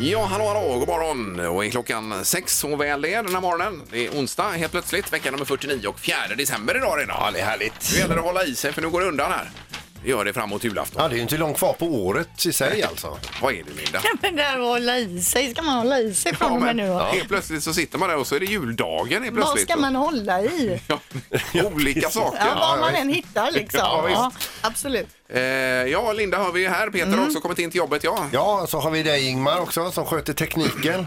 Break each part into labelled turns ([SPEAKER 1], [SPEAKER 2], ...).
[SPEAKER 1] Ja, hallå, hallå, god morgon. Och är klockan sex och väl det den här morgonen. Det är onsdag helt plötsligt, vecka nummer 49 och 4 december idag redan. Ja, det är härligt. Nu gäller det att hålla i sig för nu går det undan här. Det gör det framåt julafton.
[SPEAKER 2] Ja, det är ju inte långt kvar på året i sig alltså.
[SPEAKER 1] Vad är det Linda?
[SPEAKER 3] Ja, men det här med att hålla i sig, ska man hålla i sig från och med nu?
[SPEAKER 1] Ja.
[SPEAKER 3] då?
[SPEAKER 1] Helt plötsligt så sitter man där och så är det juldagen helt
[SPEAKER 3] Vad
[SPEAKER 1] plötsligt.
[SPEAKER 3] ska man hålla i?
[SPEAKER 1] Ja, olika saker.
[SPEAKER 3] Ja, vad man än hittar liksom.
[SPEAKER 1] Ja,
[SPEAKER 3] Ja,
[SPEAKER 1] visst.
[SPEAKER 3] absolut.
[SPEAKER 1] Eh, ja, Linda har vi ju här. Peter har
[SPEAKER 3] Mm.
[SPEAKER 1] också kommit in till jobbet, ja.
[SPEAKER 2] Ja, så har vi dig Ingmar också som sköter tekniken.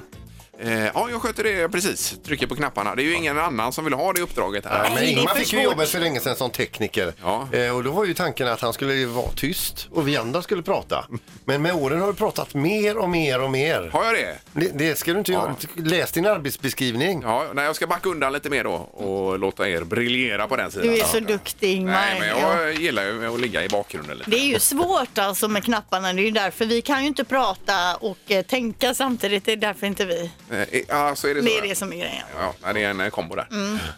[SPEAKER 1] Eh, ja, jag sköter det precis. Trycker på knapparna. Det är ju ingen annan som vill ha det uppdraget här.
[SPEAKER 2] Men
[SPEAKER 3] det är
[SPEAKER 2] Ingmar
[SPEAKER 3] för
[SPEAKER 2] fick ju
[SPEAKER 3] svårt.
[SPEAKER 2] jobbet för länge sedan som tekniker.
[SPEAKER 1] Ja.
[SPEAKER 2] Eh, och då var ju tanken att han skulle ju vara tyst och vi andra skulle prata. Men med åren har du pratat mer och mer och mer.
[SPEAKER 1] Har jag det?
[SPEAKER 2] Det, det ska du inte
[SPEAKER 1] Ja.
[SPEAKER 2] göra. Läs din arbetsbeskrivning.
[SPEAKER 1] Ja, nej, jag ska backa undan lite mer då och låta er briljera på den sidan.
[SPEAKER 3] Du är så duktig
[SPEAKER 1] Nej,
[SPEAKER 3] Ingmar.
[SPEAKER 1] men
[SPEAKER 3] Ja.
[SPEAKER 1] jag gillar ju att ligga i bakgrunden lite.
[SPEAKER 3] Det är ju svårt alltså med knapparna. Det är ju därför vi kan ju inte prata och eh, tänka samtidigt. Det är därför inte vi.
[SPEAKER 1] Eh, Ja, så är det så.
[SPEAKER 3] Det är det som är grejen.
[SPEAKER 1] Ja, nej, det är en eh, kombo där.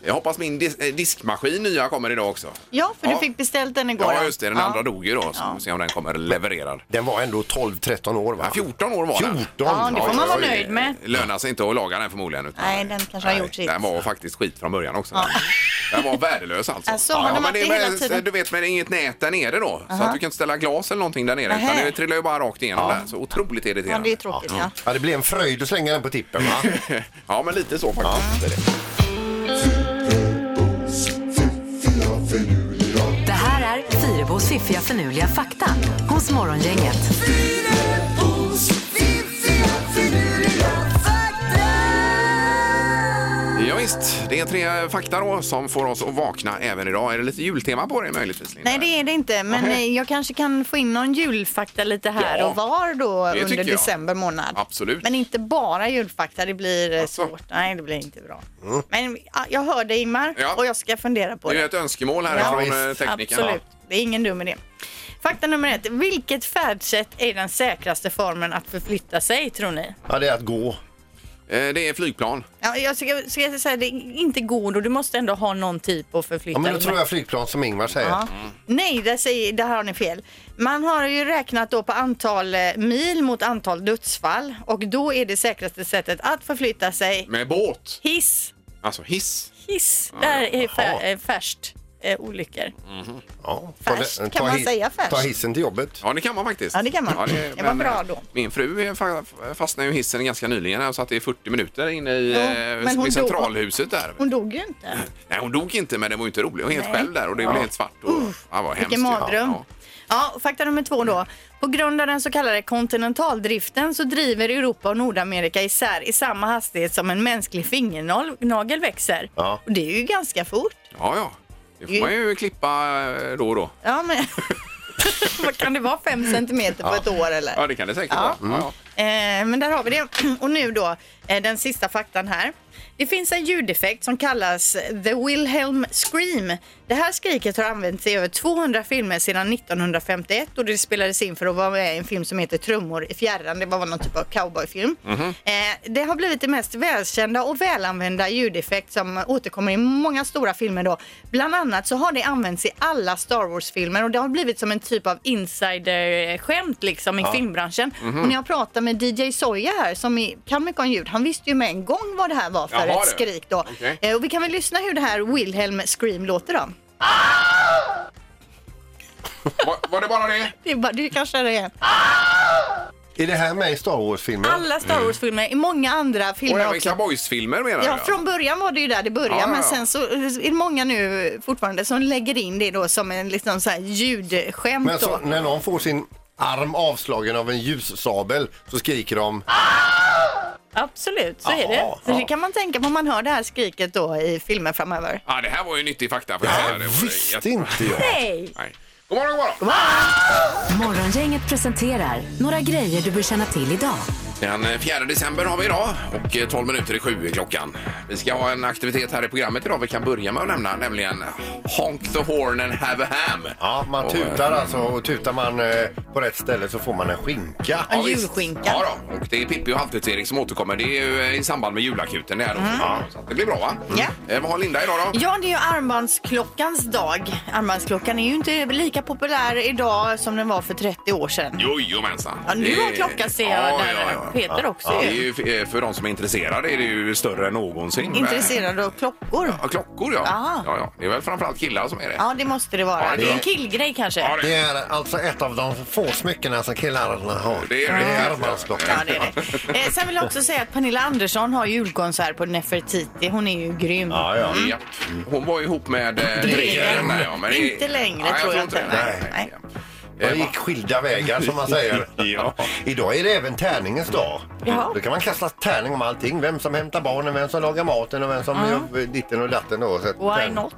[SPEAKER 1] Jag hoppas min dis eh, diskmaskin nya kommer idag också.
[SPEAKER 3] Ja, för
[SPEAKER 1] Ja.
[SPEAKER 3] du fick beställt den igår.
[SPEAKER 1] Ja, just det. Den
[SPEAKER 3] Ja.
[SPEAKER 1] andra dog ju då. Så vi får se om den kommer levererad.
[SPEAKER 2] Den var ändå 12-13 år va?
[SPEAKER 1] Ja, 14 år var den.
[SPEAKER 2] 14?
[SPEAKER 3] Ja, det får man vara
[SPEAKER 1] det
[SPEAKER 3] nöjd med.
[SPEAKER 1] lönar sig inte att laga den förmodligen. Utan
[SPEAKER 3] Nej, den kanske har gjort sitt.
[SPEAKER 1] Den var faktiskt skit från början också. Den var värdelös alltså.
[SPEAKER 3] Alltså, har den
[SPEAKER 1] men
[SPEAKER 3] varit
[SPEAKER 1] det är
[SPEAKER 3] det hela tiden?
[SPEAKER 1] Du vet, men det är inget nät där nere då. Så att du kan inte ställa glas eller någonting där nere. Utan
[SPEAKER 3] Nähä.
[SPEAKER 1] det trillar ju bara rakt igenom där. Så otroligt
[SPEAKER 3] Ja,
[SPEAKER 1] irriterande.
[SPEAKER 3] det är tråkigt. Ja.
[SPEAKER 2] Ja, det blev en fröjd att slänga den på tippen va?
[SPEAKER 1] Ja, men lite så faktiskt. är det.
[SPEAKER 4] Det här är Fyrabos fiffiga förnuliga fakta hos Morgongänget.
[SPEAKER 1] Ja, visst, det är tre fakta då som får oss att vakna även idag. Är det lite jultema på det möjligtvis? Linda?
[SPEAKER 3] Nej, det är det inte. Men
[SPEAKER 1] Nähä.
[SPEAKER 3] eh, jag kanske kan få in någon julfakta lite här
[SPEAKER 1] Ja,
[SPEAKER 3] och var då
[SPEAKER 1] det tycker
[SPEAKER 3] under
[SPEAKER 1] jag.
[SPEAKER 3] december månad.
[SPEAKER 1] Absolut.
[SPEAKER 3] Men inte bara julfakta, det blir eh,
[SPEAKER 1] Alltså.
[SPEAKER 3] svårt. Nej, det blir inte bra.
[SPEAKER 2] Mm.
[SPEAKER 3] Men ja, jag hör dig Ingmar
[SPEAKER 1] Ja.
[SPEAKER 3] och jag ska fundera på
[SPEAKER 1] Det är ju
[SPEAKER 3] det.
[SPEAKER 1] ett önskemål här från eh,
[SPEAKER 2] visst.
[SPEAKER 1] tekniken.
[SPEAKER 3] Absolut, det är ingen dum idé. Fakta nummer ett. Vilket färdsätt är den säkraste formen att förflytta sig tror ni?
[SPEAKER 2] Ja, det är att gå.
[SPEAKER 1] Eh, Det är flygplan.
[SPEAKER 3] Ja, jag ska, ska jag säga det inte går då, du måste ändå ha någon typ att förflytta
[SPEAKER 2] Ja, men då
[SPEAKER 3] dig
[SPEAKER 2] tror
[SPEAKER 3] med.
[SPEAKER 2] jag Mm. flygplan som Ingmar säger.
[SPEAKER 3] Ja. Nej, det, säger, det här har ni fel. Man har ju räknat då på antal eh, mil mot antal dödsfall och då är det säkraste sättet att förflytta sig
[SPEAKER 1] Med båt.
[SPEAKER 3] hiss.
[SPEAKER 1] Alltså hiss.
[SPEAKER 3] Hiss, där är
[SPEAKER 2] Jaha.
[SPEAKER 3] fär, eh, färst eh, olyckor.
[SPEAKER 2] Ja.
[SPEAKER 3] Färskt,
[SPEAKER 2] Ta-
[SPEAKER 3] kan
[SPEAKER 2] ta
[SPEAKER 3] man
[SPEAKER 2] hi-
[SPEAKER 3] säga färskt?
[SPEAKER 2] Ta hissen till jobbet.
[SPEAKER 1] Ja, det kan man faktiskt.
[SPEAKER 3] Ja, det kan man. Det var
[SPEAKER 1] men,
[SPEAKER 3] bra
[SPEAKER 1] eh,
[SPEAKER 3] då.
[SPEAKER 1] Min fru är fa- fastnade ju i hissen ganska nyligen här, så att det är 40 minuter inne i,
[SPEAKER 3] Ja,
[SPEAKER 1] eh,
[SPEAKER 3] men hon
[SPEAKER 1] i
[SPEAKER 3] dog.
[SPEAKER 1] centralhuset där.
[SPEAKER 3] Hon dog ju inte.
[SPEAKER 1] Nej, hon dog inte, men det var ju inte roligt. Hon var helt
[SPEAKER 3] Nej.
[SPEAKER 1] själv där och det blev helt svart. Och, ja, vad hemskt.
[SPEAKER 3] Vilken
[SPEAKER 1] ju.
[SPEAKER 3] mardröm.
[SPEAKER 1] Ja,
[SPEAKER 3] Ja, och fakta nummer två då. På grund av den så kallade kontinentaldriften så driver Europa och Nordamerika isär i samma hastighet som en mänsklig fingernagel växer.
[SPEAKER 2] Ja.
[SPEAKER 3] Och det är ju ganska fort.
[SPEAKER 1] ja. ja. Det får man ju klippa eh, då och då.
[SPEAKER 3] Ja, men... Vad kan det vara? Fem centimeter på ett år eller?
[SPEAKER 1] Ja, det kan det säkert
[SPEAKER 3] Ja.
[SPEAKER 1] vara. Ja, ja.
[SPEAKER 3] Eh, men där har vi det. Och nu då eh, den sista faktan här. Det finns en ljudeffekt som kallas The Wilhelm Scream. Det här skriket har använts i över 200 filmer sedan 1951 och det spelades in för att vara med i en film som heter Trummor i fjärran. Det var någon typ av cowboyfilm. Eh, det har blivit det mest välkända och välanvända ljudeffekt som återkommer i många stora filmer då. Bland annat så har det använts i alla Star Wars-filmer och det har blivit som en typ av insider-skämt liksom i filmbranschen.
[SPEAKER 1] Mhm.
[SPEAKER 3] Och när jag pratade med DJ Soja här som är- kan mycket om ljud, han visste ju med en gång vad det här var för
[SPEAKER 1] Jaha,
[SPEAKER 3] ett
[SPEAKER 1] du.
[SPEAKER 3] skrik då.
[SPEAKER 1] Okej.
[SPEAKER 3] Eh, och vi kan väl lyssna hur det här Wilhelm Scream låter då.
[SPEAKER 1] Var, var det bara det?
[SPEAKER 3] Det är bara, du kan köra igen.
[SPEAKER 2] Är det här med i Star Wars-filmen?
[SPEAKER 3] Alla Star Wars-filmer, i många andra
[SPEAKER 1] Och
[SPEAKER 3] filmer
[SPEAKER 1] även
[SPEAKER 3] också.
[SPEAKER 1] cowboysfilmer menar
[SPEAKER 3] Ja,
[SPEAKER 1] du?
[SPEAKER 3] från början var det ju där det började,
[SPEAKER 1] Ja, ja,
[SPEAKER 3] men
[SPEAKER 1] ja.
[SPEAKER 3] sen så är det många nu fortfarande som lägger in det då som en liksom så här ljudskämt
[SPEAKER 2] Men så,
[SPEAKER 3] då.
[SPEAKER 2] när någon får sin arm avslagen av en ljussabel så skriker de
[SPEAKER 1] Ah!
[SPEAKER 3] Absolut, så är det.
[SPEAKER 2] Jaha,
[SPEAKER 3] Så det
[SPEAKER 2] ja.
[SPEAKER 3] kan man tänka på om man hör det här skriket då i filmer framöver.
[SPEAKER 1] Ja, det här var ju nyttig fakta. För jag säga. Det var
[SPEAKER 2] Visste
[SPEAKER 1] jätte-
[SPEAKER 2] inte jag.
[SPEAKER 3] Hej!
[SPEAKER 1] Nej. God morgon, god morgon!
[SPEAKER 4] Morgongänget presenterar några grejer du bör känna till idag.
[SPEAKER 1] Den 4 december har vi idag och eh, 12 minuter i sju är klockan. Vi ska ha en aktivitet här i programmet idag vi kan börja med att nämna, nämligen Honk the horn and have a ham.
[SPEAKER 2] Ja, man
[SPEAKER 1] Och,
[SPEAKER 2] tutar
[SPEAKER 1] eh,
[SPEAKER 2] alltså och tutar man eh, på rätt ställe så får man en skinka.
[SPEAKER 3] En
[SPEAKER 1] visst.
[SPEAKER 3] julskinka.
[SPEAKER 1] Ja, då. och det är Pippi och Halvtids-Erik som återkommer. Det är ju eh, i samband med julakuten det här då. Ja, så att det blir bra va?
[SPEAKER 3] Mm. Ja.
[SPEAKER 1] Eh, vad har Linda idag då?
[SPEAKER 3] Ja, det är ju armbandsklockans dag. Armbandsklockan är ju inte lika populär idag som den var för 30 år sedan.
[SPEAKER 1] Jojomensan.
[SPEAKER 3] Ja, nu har klockan ser jag
[SPEAKER 1] ja,
[SPEAKER 3] där.
[SPEAKER 1] ja, ja, här.
[SPEAKER 3] Peter också
[SPEAKER 1] Ja, det är
[SPEAKER 3] ju.
[SPEAKER 1] ju, f- eh, för de som är intresserade är det ju större än någonsin.
[SPEAKER 3] Intresserad av klockor.
[SPEAKER 1] Ja, klockor ja.
[SPEAKER 3] Aha.
[SPEAKER 1] ja, ja. Det är väl framförallt killar som är det.
[SPEAKER 3] Ja, det måste det vara.
[SPEAKER 1] Ja, det
[SPEAKER 3] det är en
[SPEAKER 1] är-
[SPEAKER 3] killgrej kanske.
[SPEAKER 1] Ja,
[SPEAKER 2] Det är alltså ett av de få smyckena som killarna har.
[SPEAKER 1] Det är riktigt.
[SPEAKER 2] armbandsklockan.
[SPEAKER 3] Ja, det är det. Eh, sen vill jag också säga att Pernilla Andersson har julkonsert på Nefertiti. Hon är ju grym.
[SPEAKER 2] Ja, ja.
[SPEAKER 3] Mm.
[SPEAKER 1] Ja. Hon var ju ihop med eh, Dregen. där, ja, men det-
[SPEAKER 3] Inte längre,
[SPEAKER 1] Nej,
[SPEAKER 3] tror jag inte.
[SPEAKER 1] det.
[SPEAKER 3] Nej.
[SPEAKER 1] Eh,
[SPEAKER 2] De gick skilda vägar som man säger.
[SPEAKER 1] Ja.
[SPEAKER 2] Idag är det även tärningens dag.
[SPEAKER 3] Jaha.
[SPEAKER 2] Då kan man kasta tärning om allting. Vem som hämtar barnen, vem som lagar maten och vem som gör ditten och datten. Då. Så att
[SPEAKER 3] Why
[SPEAKER 2] tärning-
[SPEAKER 3] not?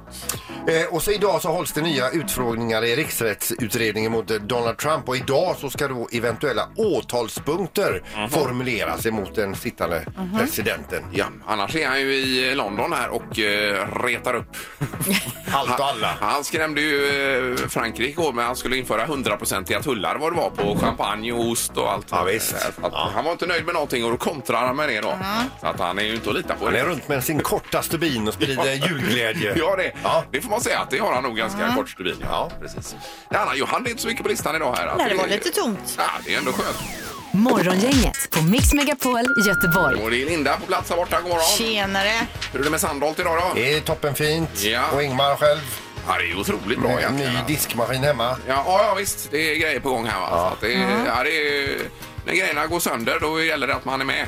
[SPEAKER 2] Eh, och så idag så hålls det nya utfrågningar i riksrättsutredningen mot eh, Donald Trump och idag så ska då eventuella åtalspunkter
[SPEAKER 1] Mhm.
[SPEAKER 2] formuleras emot den sittande presidenten.
[SPEAKER 1] Ja, annars är han ju i London här och eh, retar upp.
[SPEAKER 2] Allt och alla.
[SPEAKER 1] Han skrämde ju eh, Frankrike igår med att han skulle införa 100-procentiga tullar vad det var på champagne och ost och allt.
[SPEAKER 2] Ja, visst.
[SPEAKER 1] Att,
[SPEAKER 2] Ja.
[SPEAKER 1] Han var inte nöjd med någonting och då kontrar han med det då. Så att han är ju inte att lita på.
[SPEAKER 2] Han är runt med sin kortaste bin och sprider julglädje.
[SPEAKER 1] Ja det,
[SPEAKER 2] Ja.
[SPEAKER 1] det får man säga att det har han nog ganska kort stubin.
[SPEAKER 2] Ja.
[SPEAKER 1] precis. Det andra, Johan, det är inte så mycket på listan idag här.
[SPEAKER 3] Nej, det var
[SPEAKER 1] är-
[SPEAKER 3] lite tomt.
[SPEAKER 1] Ja, det är ändå skönt.
[SPEAKER 4] Morgongänget på Mix Megapol Göteborg.
[SPEAKER 1] Och det är Linda på plats här borta. God morgon.
[SPEAKER 3] Tjenare!
[SPEAKER 1] Hur är det med Sandholt idag då?
[SPEAKER 2] Det är toppenfint.
[SPEAKER 1] Ja.
[SPEAKER 2] Och Ingmar själv.
[SPEAKER 1] Ja, det är otroligt bra
[SPEAKER 2] en ny
[SPEAKER 1] egentligen.
[SPEAKER 2] diskmaskin hemma.
[SPEAKER 1] Ja, ja, ja, visst. Det är grejer på gång här. Va? Så att det, är- ja, det är, när grejerna går sönder då gäller det att man är med.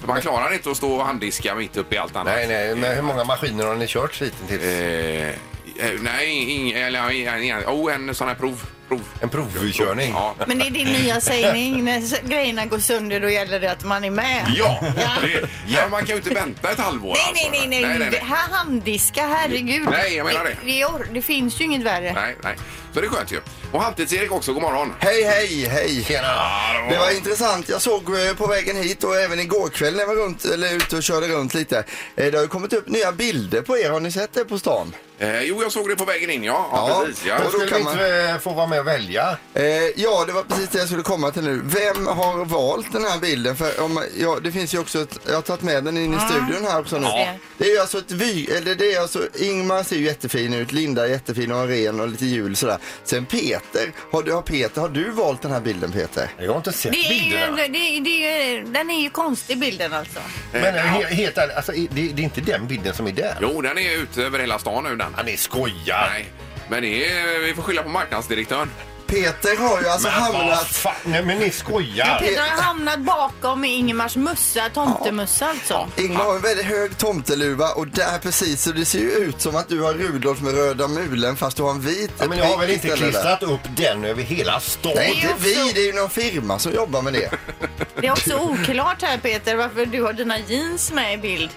[SPEAKER 1] För Man klarar inte att stå och handdiska mitt uppe i allt annat.
[SPEAKER 2] Nej, nej, men hur många maskiner har ni kört hittills?
[SPEAKER 1] Eh, eh, nej, ing, eller, ing, ing, oh, en sån här prov. prov.
[SPEAKER 2] En provkörning?
[SPEAKER 1] Ja.
[SPEAKER 3] Men det är din nya sägning. När s- grejerna går sönder då gäller det att man är med.
[SPEAKER 1] Ja, det, ja, man kan ju inte vänta ett halvår.
[SPEAKER 3] Nej,
[SPEAKER 1] alltså.
[SPEAKER 3] nej, nej, nej.
[SPEAKER 1] nej,
[SPEAKER 3] Det här handdiska, herregud.
[SPEAKER 1] Nej, jag menar det.
[SPEAKER 3] Det, or- det finns ju inget värre.
[SPEAKER 1] nej, nej. Så det är skönt ju. Och Halvtids-Erik också, god morgon.
[SPEAKER 5] Hej, hej, hej!
[SPEAKER 2] Tjena!
[SPEAKER 5] Det var intressant. Jag såg eh, på vägen hit och även igår kväll när jag var runt, eller ute och körde runt lite. Eh, Det har ju kommit upp nya bilder på er. Har ni sett det på stan?
[SPEAKER 1] Eh, jo, jag såg det på vägen in, ja. Ja,
[SPEAKER 5] Ja.
[SPEAKER 1] precis. Ja.
[SPEAKER 5] Och
[SPEAKER 2] Då
[SPEAKER 5] då
[SPEAKER 2] skulle
[SPEAKER 5] kan
[SPEAKER 2] vi inte eh, få vara med och välja.
[SPEAKER 5] Eh, Ja, det var precis det jag skulle komma till nu. Vem har valt den här bilden? För om, ja, det finns ju också ett, jag har tagit med den in i
[SPEAKER 2] Ah,
[SPEAKER 5] studion här också nu.
[SPEAKER 3] Ja.
[SPEAKER 5] Det är ju alltså ett vy, eller det är alltså, Ingmar ser ju jättefin ut, Linda är jättefin och har ren och lite jul sådär. Sen Peter, har du, har Peter, har du valt den här bilden Peter?
[SPEAKER 2] Jag har inte sett
[SPEAKER 3] Det är ju,
[SPEAKER 2] bilderna.
[SPEAKER 3] det, är- det är ju, den är ju konstig bilden alltså.
[SPEAKER 2] Men eh, he- helt ärligt, alltså, i- det, det är inte den bilden som är där.
[SPEAKER 1] Jo, den är ute över hela stan nu den.
[SPEAKER 2] Han är skojar!
[SPEAKER 1] Nej, men det är, vi får skylla på marknadsdirektören.
[SPEAKER 5] Peter har ju alltså
[SPEAKER 2] vad
[SPEAKER 5] hamnat
[SPEAKER 2] fan, nej men ni skojar!
[SPEAKER 3] Peter har hamnat bakom Ingemars mussa, tomtemussa alltså.
[SPEAKER 5] Ingmar har en väldigt hög tomteluva och där precis så det ser ju ut som att du har Rudolf med röda mulen fast du har en vit.
[SPEAKER 2] Ja, men jag har väl
[SPEAKER 5] prick
[SPEAKER 2] inte
[SPEAKER 5] istället där.
[SPEAKER 2] klistrat upp den över hela stan?
[SPEAKER 5] Nej,
[SPEAKER 3] Det är
[SPEAKER 5] inte
[SPEAKER 3] också-
[SPEAKER 5] vi, det är ju någon firma som jobbar med det.
[SPEAKER 3] Det är också oklart här Peter varför du har dina jeans med i bild.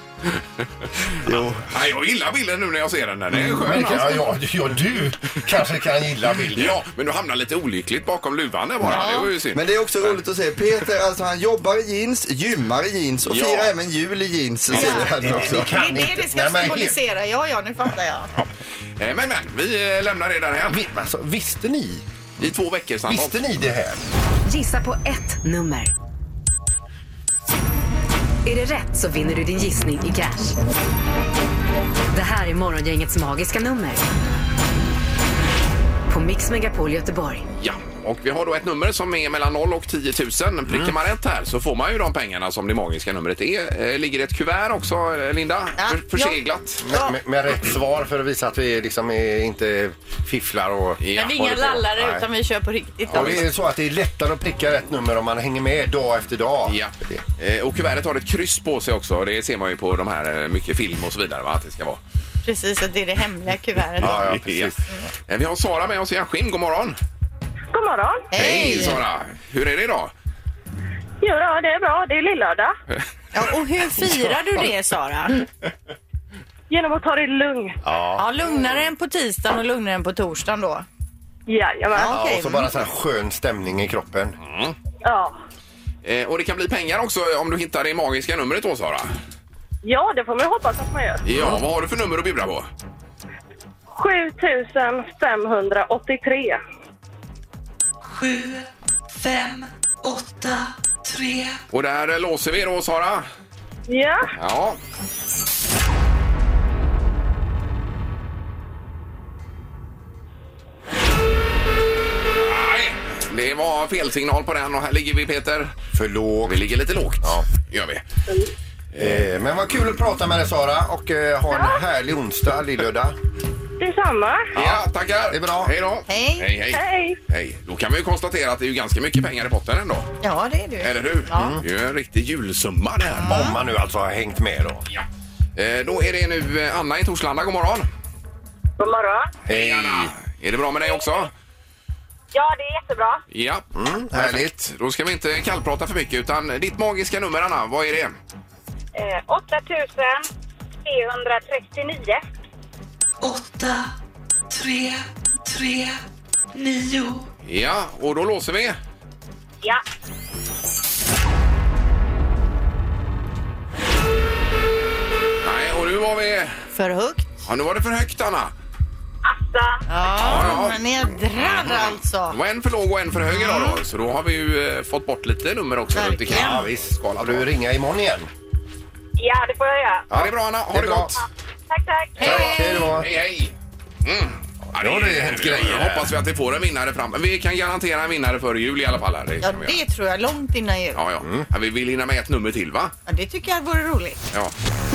[SPEAKER 5] Jo.
[SPEAKER 1] Nej, jag gillar bilden nu när jag ser den. Där. Det är skön.
[SPEAKER 2] Men,
[SPEAKER 1] alltså.
[SPEAKER 2] ja, ja, ja, du kanske kan gilla bilden.
[SPEAKER 1] Ja, men du hamnar lite olyckligt bakom luvan där bara. Det var ju synd.
[SPEAKER 5] Men det är också roligt att se Peter, alltså han jobbar i jeans, gymmar i jeans och
[SPEAKER 1] Ja.
[SPEAKER 5] firar även jul i jeans. Så det här nu också.
[SPEAKER 3] Det är det det ska
[SPEAKER 2] Nej, men-
[SPEAKER 3] symbolisera. Ja, ja, nu fattar jag.
[SPEAKER 1] Eh, Men, men, vi eh, lämnar det där hem.
[SPEAKER 2] Vi- Alltså, visste ni?
[SPEAKER 1] I två veckor sedan.
[SPEAKER 2] Visste ni det här?
[SPEAKER 4] Gissa på ett nummer. Är det rätt så vinner du din gissning i cash. Det här är Morgongängets magiska nummer. På Mix Megapol Göteborg.
[SPEAKER 1] Ja, och vi har då ett nummer som är mellan 0 och 10 000. Prickar man rätt här så får man ju de pengarna som det magiska numret är. Eh, Ligger det ett kuvert också, eh, Linda?
[SPEAKER 3] Ja.
[SPEAKER 1] För- Förseglat.
[SPEAKER 2] Med, med, med rätt svar för att visa att vi liksom är, inte fifflar och...
[SPEAKER 1] Ja,
[SPEAKER 3] Men vi är
[SPEAKER 1] har
[SPEAKER 3] inga
[SPEAKER 1] du på.
[SPEAKER 3] lallare
[SPEAKER 2] Nej.
[SPEAKER 3] utan vi kör på riktigt.
[SPEAKER 2] Och det är så att det är lättare att pricka rätt nummer om man hänger med dag efter dag.
[SPEAKER 1] Ja, Eh, och kuvertet har ett kryss på sig också. Det ser man ju på de här eh, mycket film och så vidare va? att det ska vara.
[SPEAKER 3] Precis, att det är det hemliga kuvertet.
[SPEAKER 2] Ja, ja, precis.
[SPEAKER 1] Eh, Vi har Sara med oss i Askim. God morgon!
[SPEAKER 6] God morgon!
[SPEAKER 1] Hej Sara! Hur är det idag?
[SPEAKER 6] Jo då, det är bra. Det är lillördag.
[SPEAKER 3] Ja, och hur firar du det Sara?
[SPEAKER 6] Genom att ta det lugnt.
[SPEAKER 3] Ja, lugnare än på tisdagen och lugnare än på torsdagen då.
[SPEAKER 6] Jajamän. Ja.
[SPEAKER 3] Ja,
[SPEAKER 2] Ja,
[SPEAKER 3] okej.
[SPEAKER 2] och så bara så här skön stämning i kroppen.
[SPEAKER 6] Ja.
[SPEAKER 1] Eh, och det kan bli pengar också eh, om du hittar det magiska numret då Sara.
[SPEAKER 6] ja, det får man ju hoppas att man gör.
[SPEAKER 1] Ja, vad har du för nummer att bjuda på?
[SPEAKER 6] 7583.
[SPEAKER 7] 7, 5, 8, 3.
[SPEAKER 1] Och där eh, låser vi då Sara.
[SPEAKER 6] Ja,
[SPEAKER 1] Ja. Nej, det det var felsignal på den och här ligger vi Peter.
[SPEAKER 2] För låg.
[SPEAKER 1] Vi ligger lite lågt. Ja, gör vi.
[SPEAKER 2] Eh, men vad kul att prata med dig Sara och eh, ha en härlig onsdag, lillöda.
[SPEAKER 6] Detsamma.
[SPEAKER 1] Ja, tackar.
[SPEAKER 2] Det är bra.
[SPEAKER 1] Hej då.
[SPEAKER 3] Hej.
[SPEAKER 1] Hej, hej.
[SPEAKER 6] Hej.
[SPEAKER 1] Hej. Då kan vi ju konstatera att det är ju ganska mycket pengar i potten ändå.
[SPEAKER 3] Ja, det är du.
[SPEAKER 1] Eller hur? Mm. Det är ju en riktig julsumma det här.
[SPEAKER 2] Om man nu alltså har hängt med då.
[SPEAKER 1] Ja. Eh, Då är det nu eh, Anna i Torslanda. God morgon.
[SPEAKER 6] God morgon.
[SPEAKER 1] Hej Anna. Är det bra med dig också?
[SPEAKER 6] Ja, det är jättebra.
[SPEAKER 1] Ja.
[SPEAKER 2] Mm, härligt.
[SPEAKER 1] Då ska vi inte kallprata för mycket utan ditt magiska nummer Anna, vad är det?
[SPEAKER 6] Eh, 8339.
[SPEAKER 7] 8, 3, 3, 9.
[SPEAKER 1] Ja, och då låser vi.
[SPEAKER 6] Ja.
[SPEAKER 1] Nej, och nu var vi...
[SPEAKER 3] För högt.
[SPEAKER 1] Ja, nu var det för högt Anna.
[SPEAKER 6] Assa.
[SPEAKER 1] Ja,
[SPEAKER 3] Ja,
[SPEAKER 1] ja.
[SPEAKER 3] men jädrar
[SPEAKER 1] Det
[SPEAKER 3] alltså.
[SPEAKER 1] var en för låg och en för hög idag då. Så då har vi ju eh, fått bort lite nummer också. runt i kanten.
[SPEAKER 2] Mm. Ja, visst. Ska du ringa imorgon igen?
[SPEAKER 6] Ja, det får jag göra.
[SPEAKER 1] Ja, det är bra Anna. Ha
[SPEAKER 2] Det
[SPEAKER 1] det,
[SPEAKER 2] är bra.
[SPEAKER 1] gott.
[SPEAKER 6] Tack, tack.
[SPEAKER 2] Hej då.
[SPEAKER 1] Hej, hej. Mm. Ja,
[SPEAKER 2] Ja, det är hänt grejer här.
[SPEAKER 1] Hoppas vi att vi får en vinnare fram. Vi kan garantera en vinnare före jul i alla fall. Här. Det
[SPEAKER 3] Ja,
[SPEAKER 1] kan vi
[SPEAKER 3] det
[SPEAKER 1] göra.
[SPEAKER 3] tror jag långt innan jul.
[SPEAKER 1] ja, ja.
[SPEAKER 2] Mm.
[SPEAKER 1] ja, vi vill hinna med ett nummer till va?
[SPEAKER 3] Ja, det tycker jag vore roligt.
[SPEAKER 1] Ja.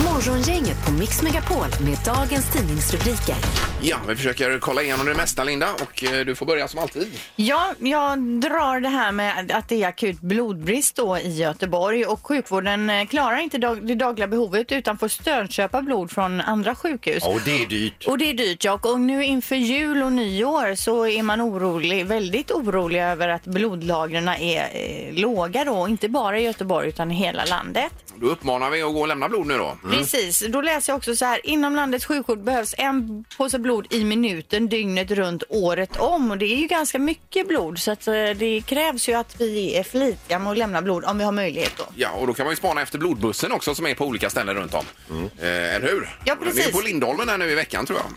[SPEAKER 4] Morgongänget på Mix Megapol med dagens tidningsrubriker.
[SPEAKER 1] ja, vi försöker kolla igenom det mesta Linda och eh, du får börja som alltid.
[SPEAKER 3] Ja, jag drar det här med att det är akut blodbrist då i Göteborg och sjukvården eh, klarar inte dag- det dagliga behovet utan får stödköpa blod från andra sjukhus.
[SPEAKER 2] Ja, och det är dyrt.
[SPEAKER 3] Och det är dyrt Jack. Och nu inför jul och nyår så är man orolig, väldigt orolig över att blodlagren är eh, låga då. Inte bara i Göteborg utan i hela landet.
[SPEAKER 1] Då uppmanar vi att gå och lämna blod nu då.
[SPEAKER 3] Precis, då läser jag också så här. Inom landets sjukvård behövs en påse blod i minuten dygnet runt året om. Och det är ju ganska mycket blod så att eh, det krävs ju att vi är flitiga med att lämna blod om vi har möjlighet då.
[SPEAKER 1] Ja, och då kan man ju spana efter blodbussen också som är på olika ställen runt om.
[SPEAKER 2] Mm.
[SPEAKER 1] Eh, eller hur?
[SPEAKER 3] Ja,
[SPEAKER 1] Den är ju
[SPEAKER 3] precis.
[SPEAKER 1] på Lindholmen här nu i veckan tror jag.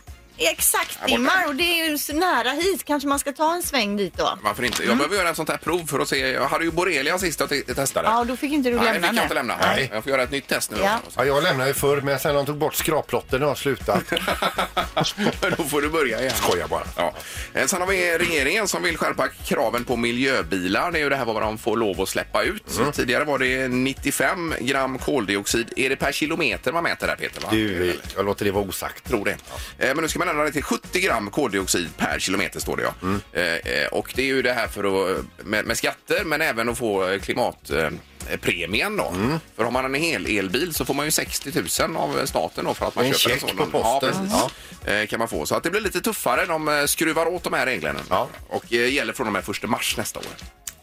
[SPEAKER 3] Exakt
[SPEAKER 1] borta.
[SPEAKER 3] Ingmar och det är ju så nära hit. Kanske man ska ta en sväng dit då.
[SPEAKER 1] Varför inte? Jag
[SPEAKER 3] Mm.
[SPEAKER 1] behöver göra ett sånt här prov för att se. Jag hade ju borrelia sist jag te- testade.
[SPEAKER 3] Ja, då fick inte du
[SPEAKER 1] Nej,
[SPEAKER 3] lämna
[SPEAKER 1] fick jag
[SPEAKER 3] den.
[SPEAKER 1] inte lämna.
[SPEAKER 2] Nej.
[SPEAKER 1] Jag får göra ett nytt test nu.
[SPEAKER 3] Ja.
[SPEAKER 2] Ja, jag lämnade ju förr, men sen de tog bort skraplotten har jag slutat.
[SPEAKER 1] Då får du börja igen.
[SPEAKER 2] Skojar bara.
[SPEAKER 1] Ja. Eh, Sen har vi regeringen som vill skärpa kraven på miljöbilar. Det är ju det här vad de får lov att släppa ut. Tidigare var det 95 gram koldioxid. Är det per kilometer man mäter där Peter? Va?
[SPEAKER 2] Du, jag låter det vara osagt.
[SPEAKER 1] tror det. Eh, Men nu ska man ändra det till 70 gram koldioxid per kilometer står det ja.
[SPEAKER 2] Mm.
[SPEAKER 1] Eh, eh, Och det är ju det här för att, eh, med, med skatter men även att få eh, klimat eh, premien då.
[SPEAKER 2] Mm.
[SPEAKER 1] För har man en hel elbil så får man ju 60 000 av staten då för att man
[SPEAKER 2] En
[SPEAKER 1] köper en
[SPEAKER 2] check
[SPEAKER 1] sådan.
[SPEAKER 2] på posten.
[SPEAKER 1] Ja, precis. Eh, Kan man få. Så att det blir lite tuffare. De eh, skruvar åt de här reglerna.
[SPEAKER 2] Ja.
[SPEAKER 1] Och eh, gäller från och med 1 mars nästa år.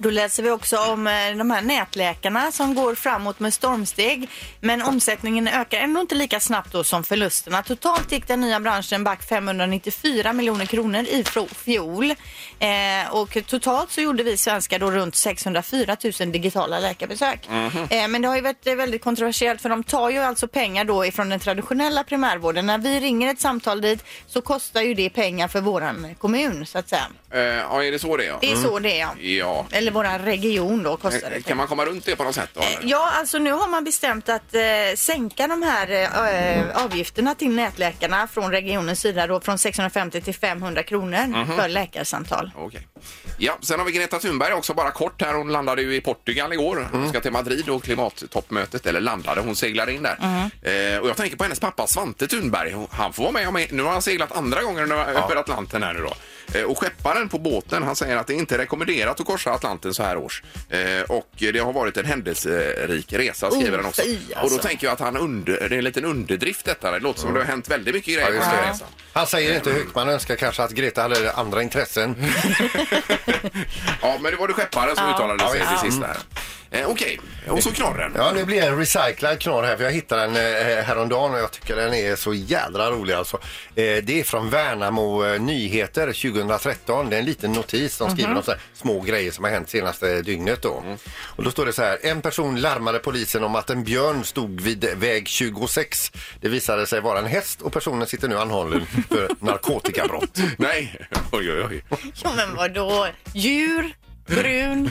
[SPEAKER 3] Då läser vi också om eh, de här nätläkarna som går framåt med stormsteg. Men omsättningen ökar ändå inte lika snabbt då som förlusterna. Totalt gick den nya branschen back 594 miljoner kronor i fro- fjol. Eh, och totalt så gjorde vi svenskar då runt 604 000 digitala läkarbesök. eh, men det har ju varit eh, väldigt kontroversiellt för de tar ju alltså pengar då ifrån den traditionella primärvården. När vi ringer ett samtal dit så kostar ju det pengar för våran kommun så att säga.
[SPEAKER 1] Eh, Ja, är det så det är? ja?
[SPEAKER 3] Det är så det är. ja.
[SPEAKER 1] Ja.
[SPEAKER 3] Eller våran region då kostar det.
[SPEAKER 1] Eh, Kan man komma runt det på något sätt då? eller?
[SPEAKER 3] Ja, alltså nu har man bestämt att eh, sänka de här eh, avgifterna till nätläkarna från regionens sida då från 650 till 500 kronor
[SPEAKER 1] Mhm.
[SPEAKER 3] för läkarsamtal.
[SPEAKER 1] Okej. Ja, sen har vi Greta Thunberg också, bara kort här. Hon landade ju i Portugal igår. Hon ska till Madrid och klimattoppmötet, eller landade, hon seglar in där. Eh, och jag tänker på hennes pappa Svante Thunberg. Hon- Han får vara med om Nu har han seglat andra gången över Atlanten här nu då. Eh, och skepparen på båten, han säger att det inte är rekommenderat att korsa Atlanten så här års. Eh, och det har varit en händelserik resa, skriver
[SPEAKER 3] Oh,
[SPEAKER 1] han också.
[SPEAKER 3] fy,
[SPEAKER 1] Och då
[SPEAKER 3] alltså.
[SPEAKER 1] tänker jag att han under, det är en liten underdrift detta. Det låter som det har hänt väldigt mycket grejer på
[SPEAKER 2] just
[SPEAKER 1] den här
[SPEAKER 2] det.
[SPEAKER 1] resan.
[SPEAKER 2] Han säger inte högt, man önskar kanske att Greta hade andra intressen.
[SPEAKER 1] Ja, men det var det skepparen som uttalade sig
[SPEAKER 2] Ja,
[SPEAKER 1] till sist där. Eh, Okej, och så knorren.
[SPEAKER 2] Ja, nu blir det en recyclad knorr här för jag hittade den eh, häromdagen och jag tycker den är så jädra rolig alltså. Eh, det är från Värnamo eh, Nyheter 2013. Det är en liten notis som skriver om så här, små grejer som har hänt senaste dygnet då. Och då står det så här. En person larmade polisen om att en björn stod vid väg 26. Det visade sig vara en häst och personen sitter nu anhållen för narkotikabrott.
[SPEAKER 1] Nej, oj, oj, oj.
[SPEAKER 3] Ja, men vadå? Djur, brun,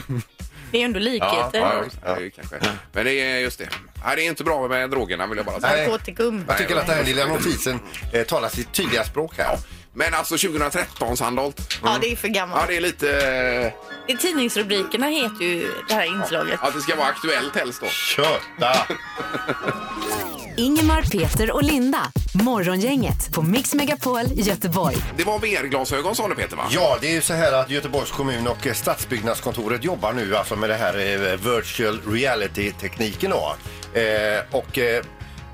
[SPEAKER 3] det är ju ändå likheter.
[SPEAKER 1] Ja, det är ju kanske. Men det är just det. Nej, det är inte bra med drogerna vill jag bara säga.
[SPEAKER 2] Nej.
[SPEAKER 3] Narkotikum.
[SPEAKER 2] Jag tycker att den här lilla notisen eh, talar sitt tydliga språk här.
[SPEAKER 1] Men alltså 2013 Sandholt.
[SPEAKER 3] Ja, det är för gammalt.
[SPEAKER 1] Ja, det är lite... eh,
[SPEAKER 3] I tidningsrubrikerna heter ju det här inslaget.
[SPEAKER 1] Att det ska vara aktuellt helst då.
[SPEAKER 2] Köta!
[SPEAKER 4] Ingemar, Peter och Linda. Morgongänget på Mix Megapol Göteborg.
[SPEAKER 1] Det var VR-glasögon sa du Peter va?
[SPEAKER 2] Ja, det är ju så här att Göteborgs kommun och eh, Stadsbyggnadskontoret jobbar nu alltså med det här eh, virtual reality-tekniken då. Eh, och eh,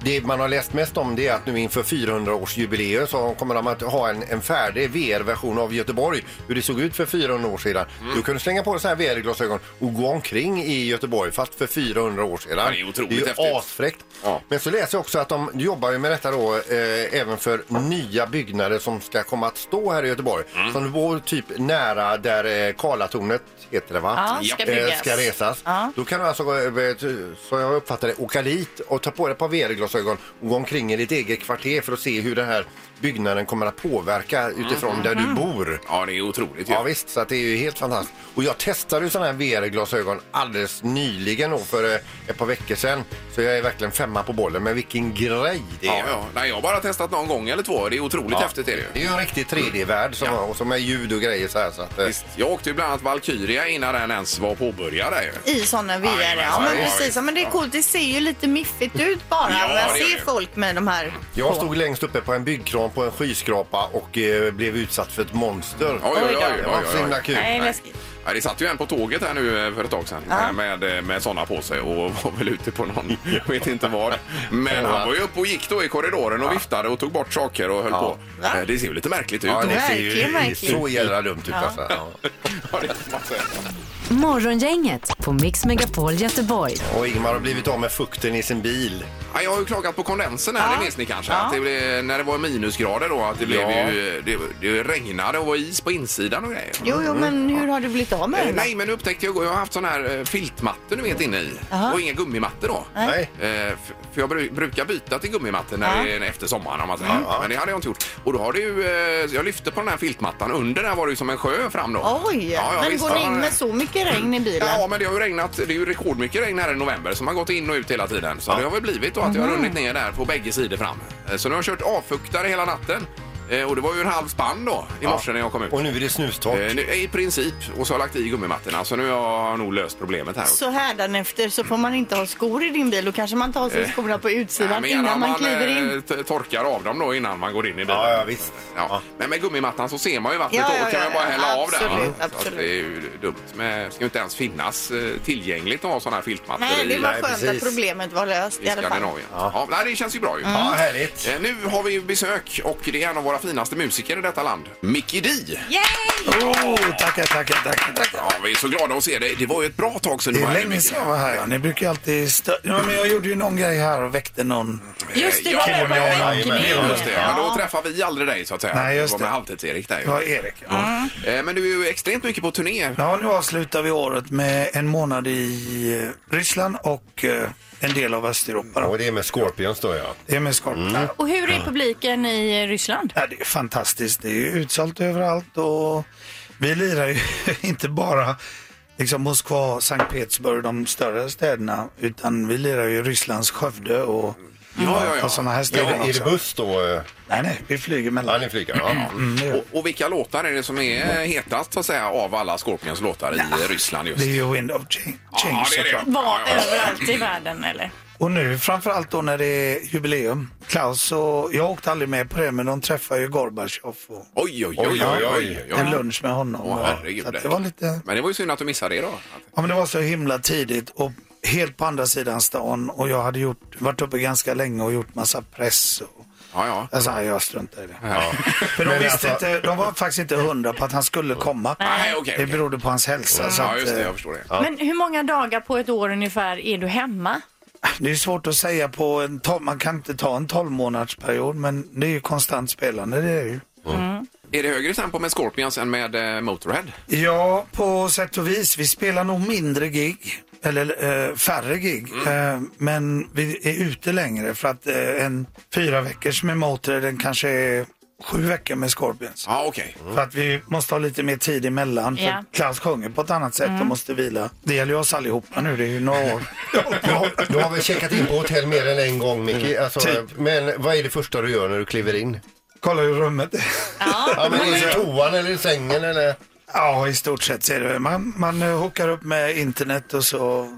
[SPEAKER 2] det man har läst mest om det är att nu inför 400-årsjubileet så kommer de att ha en, en färdig VR-version av Göteborg, hur det såg ut för 400 år sedan.
[SPEAKER 1] Mm.
[SPEAKER 2] Du kunde slänga på dig så här VR-glasögon och gå omkring i Göteborg, fast för 400 år sedan.
[SPEAKER 1] det är otroligt
[SPEAKER 2] ju
[SPEAKER 1] häftigt.
[SPEAKER 2] asfräckt.
[SPEAKER 1] Ja.
[SPEAKER 2] Men så läser jag också att de jobbar ju med detta då eh, även för nya byggnader som ska komma att stå här i Göteborg. Som bor typ nära där eh, Karlatornet heter det va? Eh,
[SPEAKER 3] Ja, ska byggas.
[SPEAKER 2] ska resas.
[SPEAKER 3] Ja.
[SPEAKER 2] Då kan du alltså, eh, som jag uppfattar det, åka dit och ta på dig ett par VR-glasögon och gå omkring i ditt eget kvarter för att se hur den här byggnaden kommer att påverka utifrån
[SPEAKER 3] Mm.
[SPEAKER 2] där du bor.
[SPEAKER 1] Ja, det är otroligt ju.
[SPEAKER 2] Ja visst, så att det är ju helt fantastiskt. Och jag testade ju sådana här VR-glasögon alldeles nyligen då för eh, ett par veckor sedan. Så jag är verkligen femma på bollen. Men vilken grej det
[SPEAKER 1] Ja,
[SPEAKER 2] är.
[SPEAKER 1] ja. Nej, jag har bara testat någon gång eller två. Det är otroligt häftigt är det ju.
[SPEAKER 2] Det är ju en riktig 3D-värld som,
[SPEAKER 1] Ja.
[SPEAKER 2] och som är ljud och grejer så här. Så att, eh,
[SPEAKER 1] Visst, jag åkte ju bland annat Valkyria innan den ens var påbörjad. där ju.
[SPEAKER 3] I sådana VR.
[SPEAKER 1] Ja,
[SPEAKER 3] Ja, men
[SPEAKER 1] ja,
[SPEAKER 3] precis.
[SPEAKER 1] ja.
[SPEAKER 3] Ja, men det är coolt. Det ser ju lite miffigt ut bara.
[SPEAKER 1] Ja,
[SPEAKER 3] men jag
[SPEAKER 1] det gör
[SPEAKER 3] ser
[SPEAKER 1] det.
[SPEAKER 3] folk med de här
[SPEAKER 2] jag
[SPEAKER 3] på.
[SPEAKER 2] stod längst uppe på en byggkran på en skyskrapa och eh, blev utsatt för ett monster.
[SPEAKER 1] Oj, oj, oj, oj,
[SPEAKER 2] Det
[SPEAKER 1] oj,
[SPEAKER 2] var så
[SPEAKER 1] oj,
[SPEAKER 2] himla
[SPEAKER 1] oj.
[SPEAKER 2] kul.
[SPEAKER 3] Nej, läskigt.
[SPEAKER 1] Ja, det satt ju en på tåget här nu eh, för ett tag sedan eh, med, med sådana på sig och var väl ute på någon, jag vet inte vad. Men han var ju uppe och gick då i korridoren och viftade och tog bort saker och höll på.
[SPEAKER 3] Va?
[SPEAKER 1] Eh, Det ser ju lite märkligt ut.
[SPEAKER 2] Ja,
[SPEAKER 1] då.
[SPEAKER 2] det ser ju
[SPEAKER 3] Verkligen, verkligen.
[SPEAKER 2] så jävla dumt ut alltså. Ja.
[SPEAKER 1] Ja, det får man säga.
[SPEAKER 4] Morgongänget på Mix Megapol Göteborg.
[SPEAKER 2] Och Ingmar har blivit av med fukten i sin bil.
[SPEAKER 1] Ja, jag har ju klagat på kondensen här, det minns ni kanske. Att det blev, när det var minusgrader då, att det, blev
[SPEAKER 2] Ja.
[SPEAKER 1] ju, det, det regnade och var is på insidan och grejer.
[SPEAKER 3] Jo, jo, men hur har du blivit av med
[SPEAKER 1] Eh,
[SPEAKER 3] den?
[SPEAKER 1] Mm. Nej, men nu upptäckte jag, jag har haft sån här eh, filtmattor du vet inne i.
[SPEAKER 3] Jaha.
[SPEAKER 1] Och inga gummimattor då.
[SPEAKER 2] Nej.
[SPEAKER 1] Eh, f- För jag bru- brukar byta till gummimattor när det är efter sommaren om man säger.
[SPEAKER 3] Mm.
[SPEAKER 1] Men det hade jag inte gjort. Och då har det ju, eh, jag lyfte på den här filtmattan. Under där var det ju som en sjö fram då.
[SPEAKER 3] Oj,
[SPEAKER 1] Ja, ja,
[SPEAKER 3] men
[SPEAKER 1] visst,
[SPEAKER 3] går
[SPEAKER 1] ja,
[SPEAKER 3] det in
[SPEAKER 1] det-
[SPEAKER 3] med så mycket regn i bilen?
[SPEAKER 1] Ja, men det har ju regnat. Det är ju rekordmycket regn här i november som har gått in och ut hela tiden. Så det har väl blivit då att jag
[SPEAKER 3] Mhm.
[SPEAKER 1] har runnit ner där på bägge sidor fram. Eh, Så nu har jag kört avfuktare hela natten. Eh, Och det var ju en halv spann då i morse när jag kom ut.
[SPEAKER 2] Och nu är det snustorrt.
[SPEAKER 1] Eh, nu- I princip. Och så har jag lagt i gummimattorna. Så nu har jag nog löst problemet här.
[SPEAKER 3] Så hädanefter så får man inte ha skor i din bil. Då kanske man tar sig skorna på
[SPEAKER 1] Eh. Nej,
[SPEAKER 3] utsidan
[SPEAKER 1] men gärna
[SPEAKER 3] innan man kliver
[SPEAKER 1] eh,
[SPEAKER 3] in.
[SPEAKER 1] t- torkar av dem då innan man går in i bilen.
[SPEAKER 2] Ja, ja, visst.
[SPEAKER 1] Ja.
[SPEAKER 2] Ja.
[SPEAKER 1] Men med gummimattan så ser man ju vattnet
[SPEAKER 3] Ja,
[SPEAKER 1] då
[SPEAKER 3] ja,
[SPEAKER 1] och kan
[SPEAKER 3] ja,
[SPEAKER 1] man bara
[SPEAKER 3] ja.
[SPEAKER 1] hälla av där. va?
[SPEAKER 3] Absolut,
[SPEAKER 1] Så att
[SPEAKER 3] absolut.
[SPEAKER 1] Det är ju dumt. Men det ska ju inte ens finnas eh, tillgängligt att ha sådana här filtmattor
[SPEAKER 3] Nej, det var
[SPEAKER 2] Nej,
[SPEAKER 3] skönt
[SPEAKER 2] precis.
[SPEAKER 3] att problemet var löst
[SPEAKER 1] i,
[SPEAKER 3] i
[SPEAKER 1] i
[SPEAKER 3] alla fall. Mm.
[SPEAKER 1] Skandinavien. Ja. nej, det känns ju bra ju.
[SPEAKER 2] Ja, härligt.
[SPEAKER 1] Eh, Nu har vi ju besök och det är en av våra finaste musiker i detta land, Mickey D.
[SPEAKER 8] Oh, tackar, tackar, tackar, tackar.
[SPEAKER 1] Ja, vi är så glada att se dig. Det var ju ett bra tag sedan
[SPEAKER 8] Det
[SPEAKER 1] du
[SPEAKER 8] är
[SPEAKER 1] var här,
[SPEAKER 8] länge
[SPEAKER 1] Mickey.
[SPEAKER 8] sedan jag var här. Ja. Ni brukar ju alltid stö- ja, men Jag gjorde ju någon grej här och väckte någon.
[SPEAKER 3] Just det,
[SPEAKER 1] Eh,
[SPEAKER 3] var
[SPEAKER 1] ja,
[SPEAKER 3] det på
[SPEAKER 2] ja,
[SPEAKER 1] Ja,
[SPEAKER 3] väggen.
[SPEAKER 1] Just det, men då träffar vi aldrig dig så att säga.
[SPEAKER 8] Nej, just
[SPEAKER 1] det. var med
[SPEAKER 8] det.
[SPEAKER 1] Halvtids-Erik där ju.
[SPEAKER 8] Det var Erik. Ja.
[SPEAKER 1] Eh, Men du är ju extremt mycket på turné.
[SPEAKER 8] Ja, nu avslutar vi året med en månad i eh, Ryssland och eh, en del av Östeuropa.
[SPEAKER 2] Och
[SPEAKER 8] Då.
[SPEAKER 2] det är med Scorpions då ja.
[SPEAKER 8] Det är med Scorpion.
[SPEAKER 1] Mm.
[SPEAKER 3] Och hur är publiken i Ryssland?
[SPEAKER 8] Ja, det är fantastiskt. Det är ju utsålt överallt och vi lirar ju inte bara liksom Moskva, Sankt Petersburg, de större städerna, utan vi lirar ju Rysslands Skövde och,
[SPEAKER 1] Ja, ja, alltså. ja.
[SPEAKER 8] och sådana här
[SPEAKER 2] Är
[SPEAKER 8] ställen
[SPEAKER 2] det, är det
[SPEAKER 8] också.
[SPEAKER 2] buss då? eh?
[SPEAKER 8] Nej, nej, vi flyger
[SPEAKER 2] Ja,
[SPEAKER 8] mellan.
[SPEAKER 2] ni flyger. Ja.
[SPEAKER 8] Mm, det gör vi.
[SPEAKER 1] Och, och vilka låtar är det som är hetast så att säga, av alla Scorpions låtar i Ryssland just?
[SPEAKER 8] Det är ju Wind of Change.
[SPEAKER 1] Ja, det är det.
[SPEAKER 3] Var
[SPEAKER 1] Ja, ja, ja.
[SPEAKER 3] överallt i världen eller?
[SPEAKER 8] Och nu framförallt då när det är jubileum. Klaus och jag åkade aldrig med på det men de träffar ju Gorbatjov och
[SPEAKER 1] Oj, oj, oj, oj, oj, oj,
[SPEAKER 8] en
[SPEAKER 1] oj.
[SPEAKER 8] lunch med honom.
[SPEAKER 1] Åh, herregud.
[SPEAKER 8] så att det var lite,
[SPEAKER 1] Men det var ju synd att du missade det då.
[SPEAKER 8] ja men det var så himla tidigt och helt på andra sidan stan och jag hade gjort, varit uppe ganska länge och gjort massa press och
[SPEAKER 1] Ja, ja.
[SPEAKER 8] alltså, nej, jag struntar i det.
[SPEAKER 1] Ja.
[SPEAKER 8] För de visste inte, de var faktiskt inte hundra på att han skulle komma.
[SPEAKER 1] alltså- Nej, okej,
[SPEAKER 8] Det
[SPEAKER 1] okej.
[SPEAKER 8] berodde på hans hälsa. Så
[SPEAKER 1] Ja,
[SPEAKER 8] att,
[SPEAKER 1] just det,
[SPEAKER 8] eh,
[SPEAKER 1] jag förstår det.
[SPEAKER 3] Men hur många dagar på ett år ungefär är du hemma?
[SPEAKER 8] Det är svårt att säga på en tol- man kan inte ta en 12 månadersperiod men det är ju konstant spelande det är ju.
[SPEAKER 1] Är det högre tempo med Scorpions än med eh, Motorhead?
[SPEAKER 8] Ja, på sätt och vis. Vi spelar nog mindre gig, eller eh, färre gig. Eh, men vi är ute längre för att eh, en fyra veckors med Motörhead den kanske är sju veckor med Scorpions.
[SPEAKER 1] Ja, okej.
[SPEAKER 8] För att vi måste ha lite mer tid emellan. För
[SPEAKER 3] Ja.
[SPEAKER 8] Klaus sjunger på ett annat sätt och måste vila. Det gäller ju oss allihopa nu, det är ju några år.
[SPEAKER 2] Du, har, du har väl checkat in på hotell mer än en gång Micke? Alltså,
[SPEAKER 8] Typ.
[SPEAKER 2] Men vad är det första du gör när du kliver in?
[SPEAKER 8] Kolla hur rummet är.
[SPEAKER 2] Ja, men i toan eller i sängen eller?
[SPEAKER 8] Ja, i stort sett ser du. Man, man eh, hookar upp med internet och så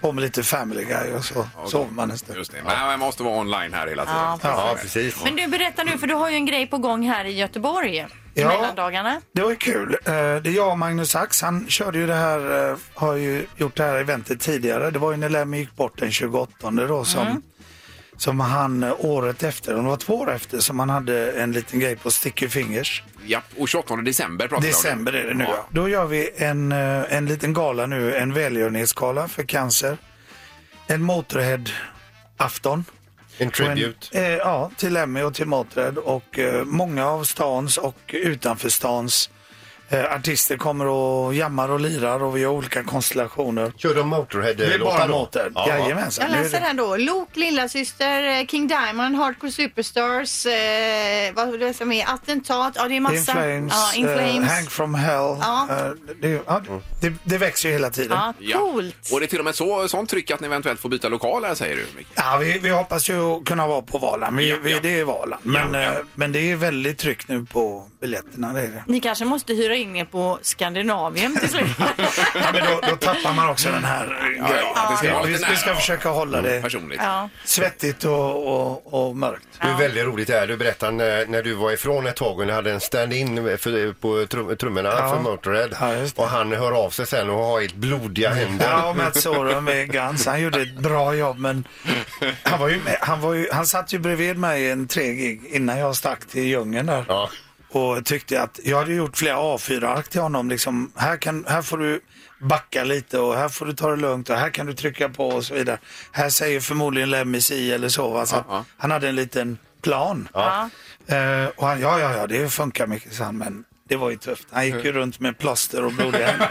[SPEAKER 8] på med lite Family Guy och så sover man en stund.
[SPEAKER 1] Just det. Nej, man måste vara online här hela tiden.
[SPEAKER 3] Ja,
[SPEAKER 2] Ja, precis.
[SPEAKER 3] Men du berättar nu, för du har ju en grej på gång här i Göteborg i
[SPEAKER 8] Ja.
[SPEAKER 3] mellandagarna.
[SPEAKER 8] Det var ju kul. Eh, Det är jag och Magnus Ax. Han körde ju det här, eh, har ju gjort det här eventet tidigare. Det var ju när Lemmy gick bort den 28 då som, som han eh, året efter, om det var två år efter, som han hade en liten grej på Sticky Fingers.
[SPEAKER 1] Japp, och 28 december pratar vi om nu.
[SPEAKER 8] December är det nu.
[SPEAKER 1] Ja.
[SPEAKER 8] Ja. Då gör vi en, eh, en liten gala nu, en välgörenhetsgala för cancer. En Motorhead-afton.
[SPEAKER 2] En
[SPEAKER 8] Och en-
[SPEAKER 2] tribute.
[SPEAKER 8] eh, ja, till Lemmy och till Motörhead och eh, många av stans och utanför stans eh, artister kommer och jammar och lirar och vi har olika konstellationer.
[SPEAKER 2] Kör de Motorhead-låtar?
[SPEAKER 8] Det är bara
[SPEAKER 2] då?
[SPEAKER 8] Motörhead.
[SPEAKER 2] Ja.
[SPEAKER 8] Jajamensan.
[SPEAKER 3] Jag
[SPEAKER 8] Nu är
[SPEAKER 3] läser
[SPEAKER 8] det-
[SPEAKER 3] här då. Lok, Lillasyster, eh, King Diamond, Hardcore Superstars, eh, vad är det som är attentat, ja det är massa.
[SPEAKER 8] In Flames,
[SPEAKER 3] ja, In Flames.
[SPEAKER 8] Eh, Hang from Hell.
[SPEAKER 3] Ja.
[SPEAKER 8] Eh, det, ja, det, det växer ju hela tiden.
[SPEAKER 3] ja,
[SPEAKER 1] Ja.
[SPEAKER 3] coolt.
[SPEAKER 1] Och det är till och med så, sånt tryck att ni eventuellt får byta lokal här säger du. Mikael.
[SPEAKER 8] Ja, vi, vi hoppas ju att kunna vara på Valand. Vi,
[SPEAKER 1] Ja, ja.
[SPEAKER 8] vi, det är Valand. Men,
[SPEAKER 1] Ja, ja.
[SPEAKER 8] eh, men det är väldigt tryck nu på biljetterna. Det är det.
[SPEAKER 3] Ni kanske måste hyra in er på Skandinavien till slut.
[SPEAKER 8] Ja, men då, då tappar man också den här eh, grejen.
[SPEAKER 1] ja, det ska vara
[SPEAKER 8] vi,
[SPEAKER 1] lite
[SPEAKER 8] vi ska
[SPEAKER 1] nära. Mm.
[SPEAKER 8] försöka hålla det
[SPEAKER 1] Personligt.
[SPEAKER 3] ja.
[SPEAKER 8] svettigt och, och, och mörkt.
[SPEAKER 2] Det är väldigt roligt det här. Du berättade när, när du var ifrån ett tag och du hade en stand-in för, på trum, trummorna
[SPEAKER 8] Ja.
[SPEAKER 2] för Motörhead.
[SPEAKER 8] Ja, just det. Mm.
[SPEAKER 2] och han hör av sig sen och har helt blodiga händer.
[SPEAKER 8] Ja, Matt Sorum med Guns. Han gjorde ett bra jobb, men han, var ju med, han, var ju, han satt ju bredvid mig en tre gig innan jag stack till djungeln där.
[SPEAKER 2] Ja.
[SPEAKER 8] Och tyckte att jag hade gjort flera A4-ark till honom. Liksom, här, kan, här får du backa lite och här får du ta det lugnt och här kan du trycka på och så vidare. Här säger förmodligen Lemmy si eller så. Va? så att
[SPEAKER 1] ja.
[SPEAKER 8] Han hade en liten plan.
[SPEAKER 3] Ja.
[SPEAKER 8] Eh, och han, ja, ja, ja, det funkar mycket, sa han, men det var ju tufft. Han gick ju runt med plåster och blodiga händer.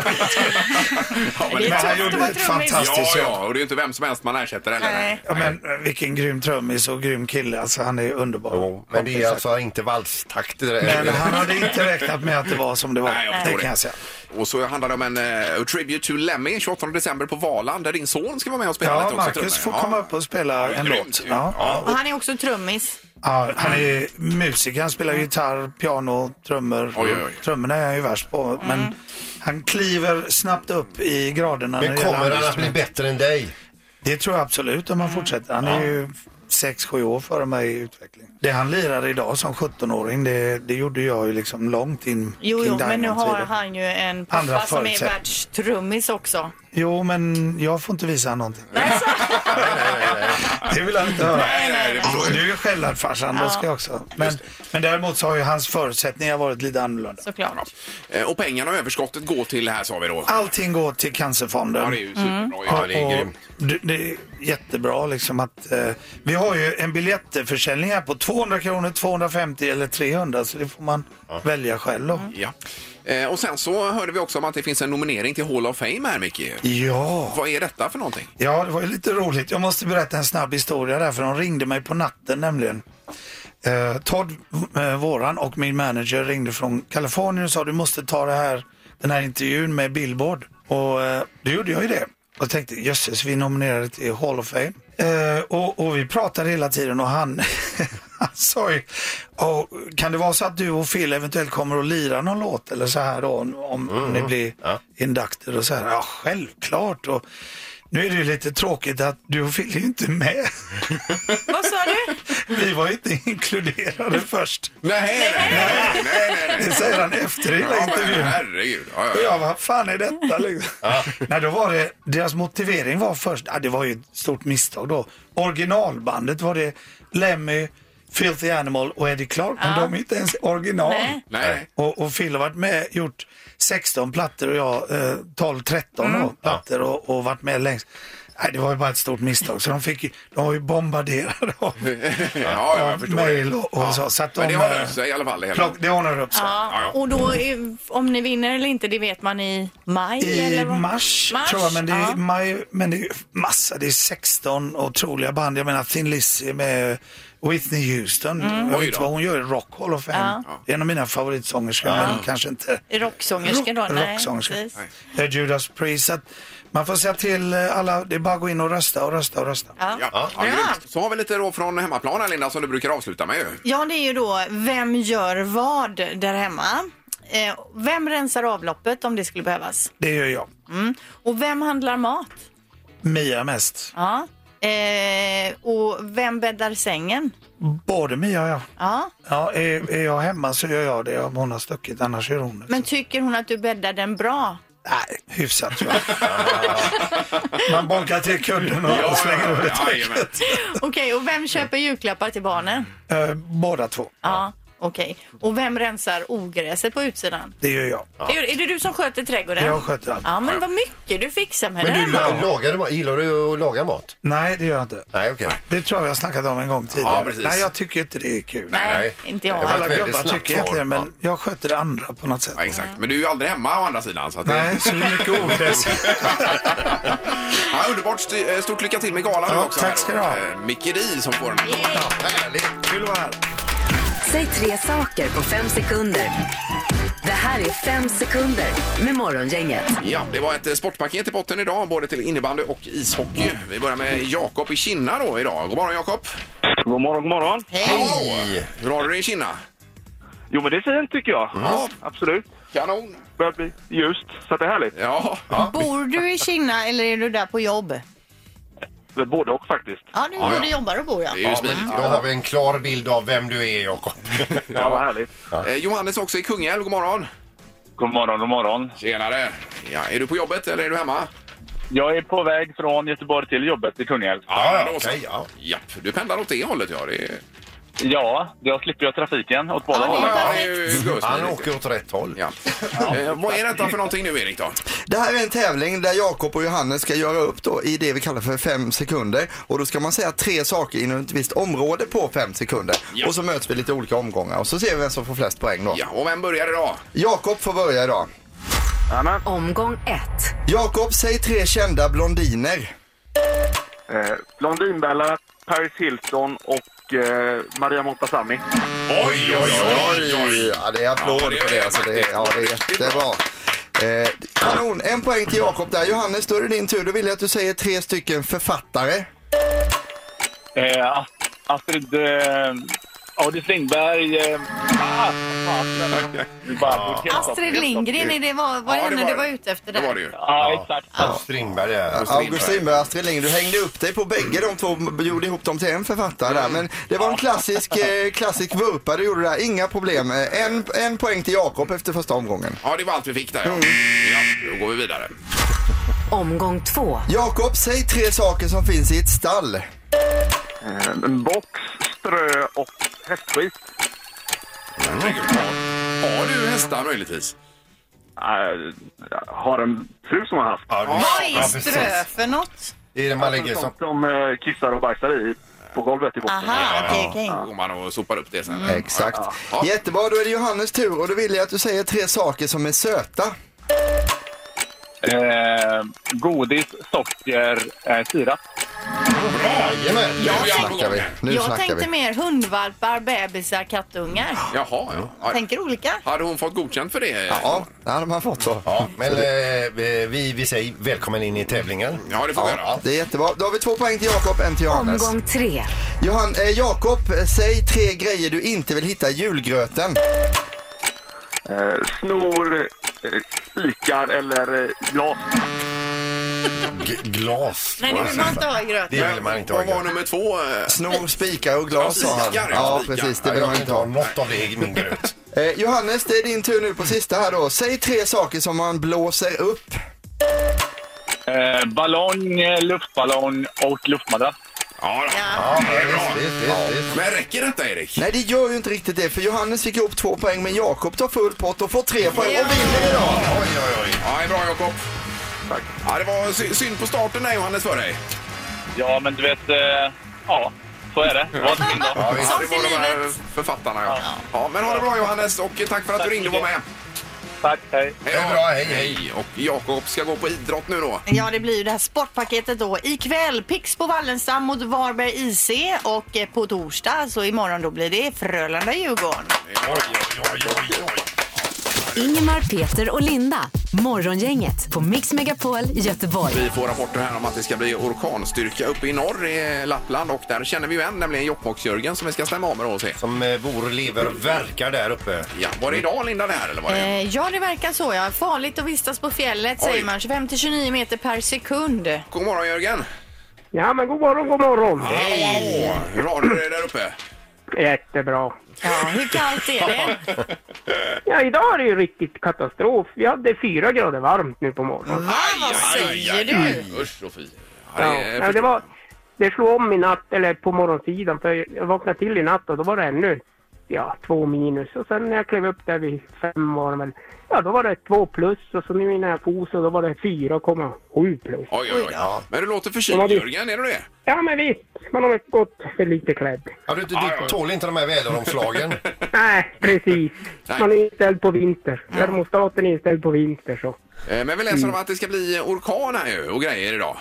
[SPEAKER 1] Ja, men
[SPEAKER 3] Det
[SPEAKER 1] det-
[SPEAKER 3] är tufft
[SPEAKER 8] han
[SPEAKER 3] att
[SPEAKER 8] gjorde
[SPEAKER 3] vara
[SPEAKER 8] ett
[SPEAKER 3] trummis.
[SPEAKER 1] ja,
[SPEAKER 8] fantastiskt jobb.
[SPEAKER 1] ja, och det är ju inte vem som helst man ersätter heller.
[SPEAKER 3] Nej.
[SPEAKER 8] Ja, men eh, vilken grym trummis och grym kille. Alltså, han är underbar.
[SPEAKER 2] Jo, Men det är alltså inte valstakter.
[SPEAKER 8] Men
[SPEAKER 2] eller-
[SPEAKER 8] han hade inte räknat med att det var som det var.
[SPEAKER 1] Nej, jag förstår
[SPEAKER 8] det
[SPEAKER 1] det.
[SPEAKER 8] kan jag säga.
[SPEAKER 1] Och så handlar det om en eh, tribute to Lemmy 28 december på Valand där din son ska vara med och spela
[SPEAKER 8] Ja,
[SPEAKER 1] lite också.
[SPEAKER 8] Marcus får
[SPEAKER 1] trummor.
[SPEAKER 8] komma upp och spela en
[SPEAKER 1] grymt
[SPEAKER 8] låt.
[SPEAKER 1] ju.
[SPEAKER 8] Ja.
[SPEAKER 3] Och han är också trummis.
[SPEAKER 8] Ja, han är musiker. Han spelar gitarr, piano, trummor.
[SPEAKER 1] Oj, oj, oj.
[SPEAKER 8] Trummorna är han ju värst på. Men
[SPEAKER 3] Mm.
[SPEAKER 8] han kliver snabbt upp i graderna. när
[SPEAKER 2] Men
[SPEAKER 8] det gäller
[SPEAKER 2] kommer han
[SPEAKER 8] andra
[SPEAKER 2] att bli
[SPEAKER 8] instrument.
[SPEAKER 2] bättre än dig?
[SPEAKER 8] Det tror jag absolut om han
[SPEAKER 3] Mm.
[SPEAKER 8] fortsätter. Han är ju 6-7 år före mig i utveckling. Det han lirar idag som 17-åring, det, det gjorde jag ju liksom långt in
[SPEAKER 3] Jo,
[SPEAKER 8] kring
[SPEAKER 3] jo, men nu har
[SPEAKER 8] Diamond-tiden.
[SPEAKER 3] han ju en pappa
[SPEAKER 8] Andra
[SPEAKER 3] som är
[SPEAKER 8] förutsättningar.
[SPEAKER 3] världstrummis också.
[SPEAKER 8] Jo, men jag får inte visa han någonting. Det vill han inte höra.
[SPEAKER 1] Nej, nej, det förstår
[SPEAKER 8] Du är ju självlärd farsan, då ska jag också. Men, men däremot så har ju hans förutsättningar varit lite annorlunda.
[SPEAKER 3] Såklart.
[SPEAKER 1] jag. Eh, Och pengarna och överskottet går till här sa vi då.
[SPEAKER 8] Allting går till Cancerfonden.
[SPEAKER 1] Ja, det är ju superbra.
[SPEAKER 8] Ja,
[SPEAKER 1] Ja, det är
[SPEAKER 8] och
[SPEAKER 1] grymt.
[SPEAKER 8] det, det är jättebra liksom att eh, vi har ju en biljettförsäljning här på 200 kronor, 250 eller 300 så det får man välja själv då.
[SPEAKER 1] Ja. Eh, Och sen så hörde vi också om att det finns en nominering till Hall of Fame här Micke.
[SPEAKER 8] Ja.
[SPEAKER 1] Vad är detta för någonting?
[SPEAKER 8] ja, det var ju lite roligt. Jag måste berätta en snabb historia där för de ringde mig på natten nämligen. Eh, Todd, eh, våran och min manager ringde från Kalifornien och sa du måste ta det här, den här intervjun med Billboard. Och eh, då gjorde jag ju det. Och tänkte jösses, vi nominerade till Hall of Fame. Eh, och, och vi pratade hela tiden och han, han sa ju, "Ja, kan det vara så att du och Phil eventuellt kommer att lira någon låt eller så här då om, om ni blir inducted och så här. Ja, självklart. Och, nu är det ju lite tråkigt att du och Phil är ju inte med.
[SPEAKER 3] Vad sa du?
[SPEAKER 8] Vi var ju inte inkluderade först.
[SPEAKER 1] Nej, nej, nej, nej, nej.
[SPEAKER 8] Det säger han efter hela
[SPEAKER 1] Ja, men
[SPEAKER 8] intervjun.
[SPEAKER 1] herregud. Ja,
[SPEAKER 8] Och
[SPEAKER 1] ja.
[SPEAKER 8] jag, vad fan är detta liksom? Nej, då var det, deras motivering var först, ah, det var ju ett stort misstag då. Originalbandet var det Lemmy, Filthy Animal och Eddie Clark, men de är inte ens original.
[SPEAKER 3] Nej.
[SPEAKER 1] Nej.
[SPEAKER 8] Och, och Phil har varit med, gjort 16 plattor och jag eh, 12-13
[SPEAKER 1] Mm.
[SPEAKER 8] då, plattor och, och varit med längst. Nej, det var ju bara ett stort misstag. Så de, fick, ju- de var ju bombarderade av
[SPEAKER 1] Ja, jag
[SPEAKER 8] av
[SPEAKER 1] förstår
[SPEAKER 8] mail
[SPEAKER 1] det.
[SPEAKER 8] och, och så. så att de,
[SPEAKER 1] Men det har
[SPEAKER 8] eh,
[SPEAKER 1] löst sig i alla fall. det hela.
[SPEAKER 8] plock, det ordnar upp sig.
[SPEAKER 3] Ja, och då, är- om ni vinner eller inte, det vet man i maj?
[SPEAKER 8] I
[SPEAKER 3] eller vad?
[SPEAKER 8] mars,
[SPEAKER 3] Mars,
[SPEAKER 8] tror jag, men det är
[SPEAKER 3] ja.
[SPEAKER 8] maj, men det är massa, det är 16 otroliga band. Jag menar Thin Lizzy med Whitney Houston. Jag
[SPEAKER 1] Mm. Oj
[SPEAKER 8] vet inte
[SPEAKER 1] då.
[SPEAKER 8] vad hon gör i Rock Hall of Fame. Det är en av mina favoritsångerskor, men kanske inte
[SPEAKER 3] Rocksångerska då?
[SPEAKER 8] Rock-
[SPEAKER 3] Nej,
[SPEAKER 8] rocksångerska.
[SPEAKER 3] precis.
[SPEAKER 8] Eh, Judas Priest. så Att Man får säga till eh, alla, det är bara att gå in och rösta och rösta och rösta.
[SPEAKER 3] Ja.
[SPEAKER 1] Ja, ja, grymt. Så har vi lite då från hemmaplan här Linda som du brukar avsluta med ju.
[SPEAKER 3] Ja, det är ju då vem gör vad där hemma? Eh, vem rensar avloppet om det skulle behövas?
[SPEAKER 8] Det gör jag.
[SPEAKER 3] Mm. Och vem handlar mat?
[SPEAKER 8] Mia mest.
[SPEAKER 3] Ja. Eh, och vem bäddar sängen?
[SPEAKER 8] Både Mia och jag.
[SPEAKER 3] Ja.
[SPEAKER 8] Ja, är, är jag hemma så gör jag det om hon har stuckit, annars gör hon det.
[SPEAKER 3] Men tycker hon att du bäddar den bra?
[SPEAKER 8] Nej, hyfsat tror jag. Man bonkar till kudden och slänger över
[SPEAKER 1] jajamän.
[SPEAKER 3] Okej, och vem köper julklappar till barnen?
[SPEAKER 8] det. Eh, Båda två.
[SPEAKER 3] Ja, okej. Och vem rensar ogräset på utsidan?
[SPEAKER 8] Det gör jag.
[SPEAKER 3] Är, är det du som sköter trädgården?
[SPEAKER 8] Jag sköter allt.
[SPEAKER 3] Ja, men vad mycket du fixar med
[SPEAKER 2] Men
[SPEAKER 3] det.
[SPEAKER 2] du la- lagade mat. Gillar du att laga mat?
[SPEAKER 8] Nej, det gör jag inte.
[SPEAKER 2] Nej, okej.
[SPEAKER 8] Det tror jag vi har snackat om en gång tidigare.
[SPEAKER 1] Ja, precis.
[SPEAKER 8] Nej, jag tycker inte det är kul.
[SPEAKER 3] Nej, inte jag.
[SPEAKER 2] Det var
[SPEAKER 8] Alla
[SPEAKER 2] väldigt
[SPEAKER 8] gubbar
[SPEAKER 2] snabbt
[SPEAKER 8] tycker
[SPEAKER 2] svar.
[SPEAKER 8] egentligen, men jag sköter det andra på något sätt.
[SPEAKER 1] Ja, exakt. Men du är ju aldrig hemma å andra sidan. Så att
[SPEAKER 8] Nej, så det är mycket ogräs.
[SPEAKER 1] ja, underbart. St- eh, Stort lycka till med galan nu
[SPEAKER 8] Ja,
[SPEAKER 1] också.
[SPEAKER 8] tack
[SPEAKER 1] här
[SPEAKER 8] ska
[SPEAKER 1] då.
[SPEAKER 8] du ha.
[SPEAKER 1] Eh, Micke Dee som får den.
[SPEAKER 2] Härligt.
[SPEAKER 8] Kul att vara här.
[SPEAKER 4] Säg tre saker på fem sekunder. Det här är fem sekunder med Morgongänget.
[SPEAKER 1] Ja, det var ett eh, sportpaket i botten idag, både till innebandy och ishockey. Vi börjar med Jakob i Kinna då idag. God morgon Jakob!
[SPEAKER 9] God morgon, god morgon.
[SPEAKER 1] Hej! Hur har du det i Kinna?
[SPEAKER 9] Jo, men det är fint tycker jag. Ja, absolut.
[SPEAKER 1] Kanon!
[SPEAKER 9] Börjar bli ljust, så det är härligt.
[SPEAKER 1] Ja, ja.
[SPEAKER 3] Bor du i Kina eller är du där på jobb?
[SPEAKER 9] Men Både och faktiskt.
[SPEAKER 3] Ja, du,
[SPEAKER 1] ja.
[SPEAKER 3] du jobbar och bor ja.
[SPEAKER 1] det är ju smidigt.
[SPEAKER 2] Då har vi en klar bild av vem du är, Jakob.
[SPEAKER 9] Ja, vad härligt.
[SPEAKER 1] Eh, Johannes också i Kungälv, god morgon!
[SPEAKER 9] God morgon, god morgon.
[SPEAKER 1] Tjenare! Ja, är du på jobbet eller är du hemma?
[SPEAKER 9] Jag är på väg från Göteborg till jobbet i Kungälv.
[SPEAKER 1] men då så.
[SPEAKER 2] okej, ja.
[SPEAKER 1] Japp, du pendlar åt det hållet ja. Det är...
[SPEAKER 9] Ja, jag slipper jag trafiken åt båda
[SPEAKER 3] Ja, det är
[SPEAKER 9] hållen.
[SPEAKER 1] Ja,
[SPEAKER 3] perfekt.
[SPEAKER 1] det är ju gudsmidigt.
[SPEAKER 2] Han åker åt rätt håll.
[SPEAKER 1] Ja. Eh, vad är detta för någonting nu Erik då?
[SPEAKER 5] Det här är en tävling där Jakob och Johannes ska göra upp då i det vi kallar för fem sekunder. Och då ska man säga tre saker inom ett visst område på fem sekunder.
[SPEAKER 1] Ja.
[SPEAKER 5] Och så möts vi lite olika omgångar och så ser vi vem som får flest poäng då.
[SPEAKER 1] Ja, och vem börjar idag?
[SPEAKER 5] Jakob får börja idag.
[SPEAKER 9] Jajamän.
[SPEAKER 4] Omgång ett.
[SPEAKER 5] Jakob, säg tre kända blondiner.
[SPEAKER 9] Eh, Blondinbella, Paris Hilton och eh, Maria Montazami.
[SPEAKER 1] Oj, oj,
[SPEAKER 5] Ja, det är applåder
[SPEAKER 1] det är
[SPEAKER 5] för det. Alltså, det, är, ja, det är jättebra. Eh, kanon, en poäng till Jakob där. Johannes, då är det din tur. Då vill jag att du säger tre stycken författare.
[SPEAKER 9] Eh, Ast- Astrid... Eh, August Lindberg... Eh, ah, fan. Du bara-
[SPEAKER 3] Astrid Lindgren, är det var, var
[SPEAKER 1] Ja, det
[SPEAKER 3] henne
[SPEAKER 1] var
[SPEAKER 3] du
[SPEAKER 1] det.
[SPEAKER 3] var ute efter
[SPEAKER 1] Det
[SPEAKER 3] där?
[SPEAKER 1] var det ju.
[SPEAKER 9] Ja, exakt.
[SPEAKER 2] Strindberg där.
[SPEAKER 5] August Strindberg och Astrid Lindgren. Du hängde upp dig på bägge de två och gjorde ihop dem till en författare där. Men det var en klassisk, eh, klassisk vurpa du gjorde där. Inga problem. Eh, En, en poäng till Jakob efter första omgången.
[SPEAKER 1] Ja, det var allt vi fick där ja. ja då går vi vidare.
[SPEAKER 4] Omgång två.
[SPEAKER 5] Jakob, säg tre saker som finns i ett stall.
[SPEAKER 9] Eh, en box, strö och hästskit.
[SPEAKER 1] Herregud, har- Har du hästar möjligtvis?
[SPEAKER 9] Eh, har en fru som har haft.
[SPEAKER 3] Vad är strö för något?
[SPEAKER 2] Det är det man lägger som...
[SPEAKER 9] Sånt som eh, kissar och bajsar i på golvet i botten.
[SPEAKER 3] Aha, okej, okej.
[SPEAKER 1] Då går man och sopar upp det sen.
[SPEAKER 5] Exakt.
[SPEAKER 1] Ja.
[SPEAKER 5] Jättebra, då är det Johannes tur och då vill jag att du säger tre saker som är söta.
[SPEAKER 9] Eh, godis, socker, eh, sirap.
[SPEAKER 5] Jajamän, nu
[SPEAKER 1] Ja, ja.
[SPEAKER 5] snackar vi. Nu
[SPEAKER 3] Jag
[SPEAKER 5] snackar vi.
[SPEAKER 3] tänkte mer hundvalpar, bebisar, kattungar.
[SPEAKER 1] Jaha, ja.
[SPEAKER 3] Tänker olika.
[SPEAKER 1] Hade hon fått godkänt för det?
[SPEAKER 5] Ja, det hade man fått så.
[SPEAKER 2] Ja, men eh, vi, vi säger välkommen in i tävlingen.
[SPEAKER 1] Ja, det får vi göra.
[SPEAKER 5] Ja, det är jättebra. Då har vi två poäng till Jakob, en till Johannes.
[SPEAKER 4] Omgång tre.
[SPEAKER 5] Johan, eh, Jakob, eh, säg tre grejer du inte vill hitta i julgröten.
[SPEAKER 9] Eh, snor, eh, spikar eller eh, glas.
[SPEAKER 2] G- glas.
[SPEAKER 3] Nej, det vill man inte ha i gröten.
[SPEAKER 2] Det vill man inte ha.
[SPEAKER 1] Vad var nummer två? eh?
[SPEAKER 5] Snor, spikar och glas
[SPEAKER 1] Ja,
[SPEAKER 5] sa han.
[SPEAKER 1] spikar, ja,
[SPEAKER 5] Ja,
[SPEAKER 1] spikar.
[SPEAKER 5] precis. Det
[SPEAKER 2] Nej,
[SPEAKER 5] vill
[SPEAKER 2] jag
[SPEAKER 5] man
[SPEAKER 2] vill
[SPEAKER 5] inte
[SPEAKER 2] inte ha
[SPEAKER 5] ha.
[SPEAKER 2] något av det i min gröt.
[SPEAKER 5] Eh, Johannes, det är din tur nu på sista här då. Säg tre saker som man blåser upp.
[SPEAKER 9] Eh, ballong, eh, luftballong och luftmadrass.
[SPEAKER 1] Ja, då.
[SPEAKER 3] Ja.
[SPEAKER 1] det är bra.
[SPEAKER 2] Visst, visst, visst.
[SPEAKER 1] Men räcker detta, Erik?
[SPEAKER 5] Nej, det gör ju inte riktigt det, för Johannes fick ihop två poäng, men Jakob tar full pott och får tre poäng och vinner idag.
[SPEAKER 1] Oj, oj, oj. Ja, det är bra, Jakob. Tack. Ja, det var sy- synd på starten där, Johannes, för dig.
[SPEAKER 9] Ja, men du vet... Eh, ja, så är det. Vad synd då.
[SPEAKER 1] Ja,
[SPEAKER 3] Sånt
[SPEAKER 1] det var
[SPEAKER 3] är
[SPEAKER 1] de här
[SPEAKER 3] livet.
[SPEAKER 1] författarna, ja. ja. Men ha det bra, Johannes, och tack för att du
[SPEAKER 9] Tack
[SPEAKER 1] ringde och var med.
[SPEAKER 9] Tack, hej.
[SPEAKER 1] Hej
[SPEAKER 2] Det är
[SPEAKER 1] då.
[SPEAKER 2] bra, hej, hej.
[SPEAKER 1] Hej, och Jakob ska gå på idrott nu då.
[SPEAKER 3] Ja, det blir ju det här sportpaketet då. Ikväll Pix på Wallenstam mot Varberg IC och eh, på torsdag, så imorgon då blir det Frölunda-Djurgården.
[SPEAKER 1] Oj, oj, oj, oj, oj.
[SPEAKER 4] Ingemar, Peter och Linda. Morgongänget på Mix Megapol i Göteborg.
[SPEAKER 1] Vi får rapporter här om att det ska bli orkanstyrka uppe i norr i Lappland och där känner vi ju en, nämligen Jokkmokks-Jörgen som vi ska stämma av med då och se.
[SPEAKER 2] Som eh, bor, lever, verkar där uppe.
[SPEAKER 1] Ja, var det idag Linda det här eller var det?
[SPEAKER 3] Eh, ja, det verkar så. Ja. Farligt att vistas på fjället,
[SPEAKER 1] Oj.
[SPEAKER 3] säger man. 25-29 meter per sekund.
[SPEAKER 1] God morgon Jörgen!
[SPEAKER 10] Ja, men god morgon, god morgon.
[SPEAKER 1] Hej! Hur har du det där uppe?
[SPEAKER 10] Jättebra.
[SPEAKER 3] Ja, hur kallt är det?
[SPEAKER 10] Ja, idag är det ju riktigt katastrof. Vi hade fyra grader varmt nu på morgonen.
[SPEAKER 1] Aj,
[SPEAKER 3] vad säger du?
[SPEAKER 1] Usch och fy. Ja,
[SPEAKER 10] Ja,
[SPEAKER 1] det är-
[SPEAKER 10] ja, det var... Det slog om i natt, eller på morgonsidan, för jag vaknade till i natt och då var det ännu ja, två minus. Och sen när jag klev upp där vid fem var det väl, ja då var det två plus och så nu innan jag for så då var det 4,7 plus.
[SPEAKER 1] Oj, oj, oj. Men du låter förkyld
[SPEAKER 10] Ja, det-
[SPEAKER 1] Jörgen, är du det?
[SPEAKER 10] Ja men visst, man har väl gått för lite klädd.
[SPEAKER 2] Ja, du, du,
[SPEAKER 1] Ja, ja.
[SPEAKER 2] du tål inte de här väderomslagen.
[SPEAKER 10] Nej, precis. Man är inställd på vinter. Termostaten är inställd på vinter så.
[SPEAKER 1] Eh, Men vi läser om att det ska bli eh, orkan här ju och grejer idag.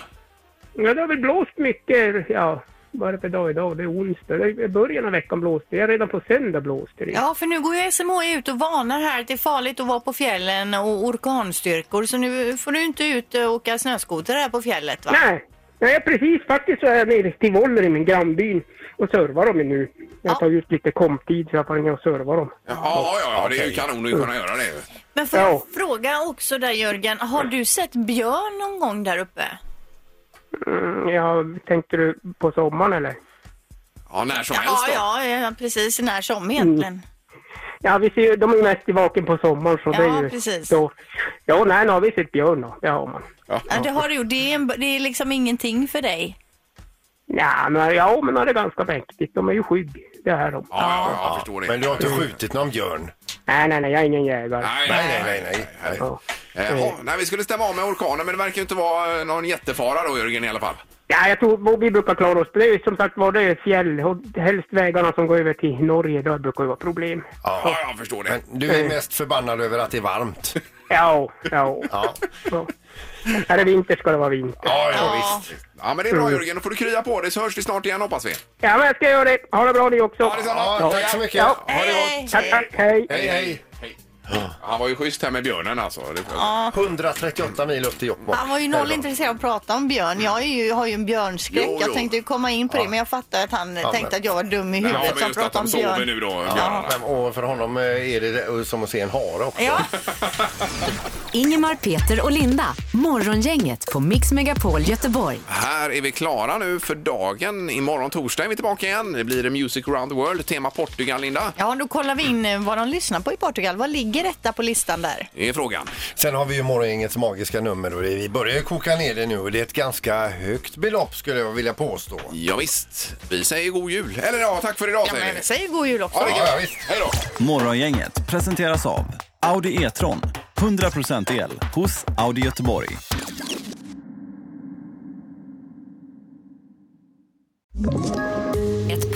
[SPEAKER 10] Ja, det har väl blåst mycket. Ja, vad är det för dag idag? Det är onsdag. Det är I början av veckan blåste det. Redan på söndag blåste det.
[SPEAKER 3] Ja, för nu går ju SMHI ut och varnar här att det är farligt att vara på fjällen och orkanstyrkor. Så nu får du inte ut och åka snöskoter här på fjället va?
[SPEAKER 10] Nej, nej precis. Faktiskt så är jag nere till Voller i min grannbyn och servar dem nu.
[SPEAKER 3] Ja.
[SPEAKER 10] Jag tar ut lite komptid så jag får ner och serva dem.
[SPEAKER 1] Ja, ja, ja, ja det är ju kanon att kunna göra det.
[SPEAKER 3] Men får jag
[SPEAKER 10] Ja.
[SPEAKER 3] fråga också där Jörgen, har du sett björn någon gång där uppe?
[SPEAKER 10] Mm, ja, tänkte du på sommaren eller?
[SPEAKER 1] Ja, när som helst
[SPEAKER 3] Ja,
[SPEAKER 1] då.
[SPEAKER 3] ja, ja, precis när som egentligen.
[SPEAKER 1] Mm.
[SPEAKER 10] Ja, vi ser ju, de är ju mest i vaken på sommaren så
[SPEAKER 3] Ja,
[SPEAKER 10] det är ju...
[SPEAKER 3] precis.
[SPEAKER 10] Då, ja, nej, nu har vi sett björn då. Det har man.
[SPEAKER 3] Ja, det har du gjort. Det är, en, det är liksom ingenting för dig.
[SPEAKER 10] Ja, men, ja, men det är ganska mäktigt. De är ju skygg. Det är de.
[SPEAKER 1] Ja, ja, ja, jag förstår det.
[SPEAKER 2] Men du har inte skjutit någon björn?
[SPEAKER 10] Ah, Nej, nej, nej, jag är ingen jägare.
[SPEAKER 1] Nej,
[SPEAKER 2] Nej, nej, nej. nej, nej.
[SPEAKER 10] Ja.
[SPEAKER 1] Eh, ja, nej, vi skulle stämma av med orkanen, men det verkar ju inte vara eh, någon jättefara då, Jörgen, i alla fall.
[SPEAKER 10] Ja, jag tror vi brukar klara oss. Det är ju som sagt var det är fjäll och helst vägarna som går över till Norge. Där brukar det vara problem.
[SPEAKER 1] Ja, jag förstår det.
[SPEAKER 2] Men du är mest förbannad över att det är varmt.
[SPEAKER 10] Ja, ja.
[SPEAKER 2] Ja,
[SPEAKER 10] ja. Är det vinter ska det vara vinter.
[SPEAKER 2] ja,
[SPEAKER 3] Ja.
[SPEAKER 2] ja visst.
[SPEAKER 1] Ja, men det är bra, Jörgen. Då får du krya på dig, så hörs vi snart igen, hoppas vi.
[SPEAKER 10] Ja, men jag ska göra det. Ha det bra ni också.
[SPEAKER 1] Ja, detsamma.
[SPEAKER 2] Ja, tack så mycket.
[SPEAKER 10] Ja.
[SPEAKER 2] Ha det gott.
[SPEAKER 3] Eh,
[SPEAKER 10] Tack, tack. Hej.
[SPEAKER 2] Hej, hej.
[SPEAKER 1] Hej. Han var ju schysst här med björnen alltså. Det-
[SPEAKER 2] 138 mil upp till Jokkmokk.
[SPEAKER 3] Han var ju noll intresserad av att prata om björn. Jag är ju, har ju en björnskräck.
[SPEAKER 1] Jo, jo.
[SPEAKER 3] Jag tänkte ju komma in på det, men jag fattar att han
[SPEAKER 2] men-
[SPEAKER 3] tänkte att jag var dum i
[SPEAKER 1] Men Ja,
[SPEAKER 3] huvudet
[SPEAKER 1] men
[SPEAKER 3] som
[SPEAKER 1] just att
[SPEAKER 3] pratade
[SPEAKER 1] de
[SPEAKER 3] om
[SPEAKER 1] sover
[SPEAKER 3] björn.
[SPEAKER 1] nu då,
[SPEAKER 2] Ja.
[SPEAKER 1] björnarna.
[SPEAKER 2] Men, och för honom eh, är det det som att se en hare också.
[SPEAKER 3] Ja.
[SPEAKER 4] Ingemar, Peter och Linda. Morgongänget på Mix Megapol Göteborg.
[SPEAKER 1] Här är vi klara nu för dagen. Imorgon torsdag är vi tillbaka igen. Det blir Music around the world, tema Portugal, Linda.
[SPEAKER 3] ja, då kollar vi in eh, vad de lyssnar på i Portugal. Vad ligger detta på listan där?
[SPEAKER 1] Det är frågan.
[SPEAKER 2] Sen har vi ju morgongängets magiska nummer och det- vi börjar ju koka ner det nu och det är ett ganska högt belopp skulle jag vilja påstå.
[SPEAKER 1] Ja, visst. vi säger god jul. Eller ja, tack för idag
[SPEAKER 3] Ja,
[SPEAKER 1] säger vi.
[SPEAKER 3] men säg god jul också.
[SPEAKER 1] Ja, det kan
[SPEAKER 2] Ja,
[SPEAKER 1] vi.
[SPEAKER 2] visst.
[SPEAKER 1] Hej då!
[SPEAKER 11] Morgongänget presenteras av Audi E-tron. 100% el hos Audi Göteborg.
[SPEAKER 4] Ett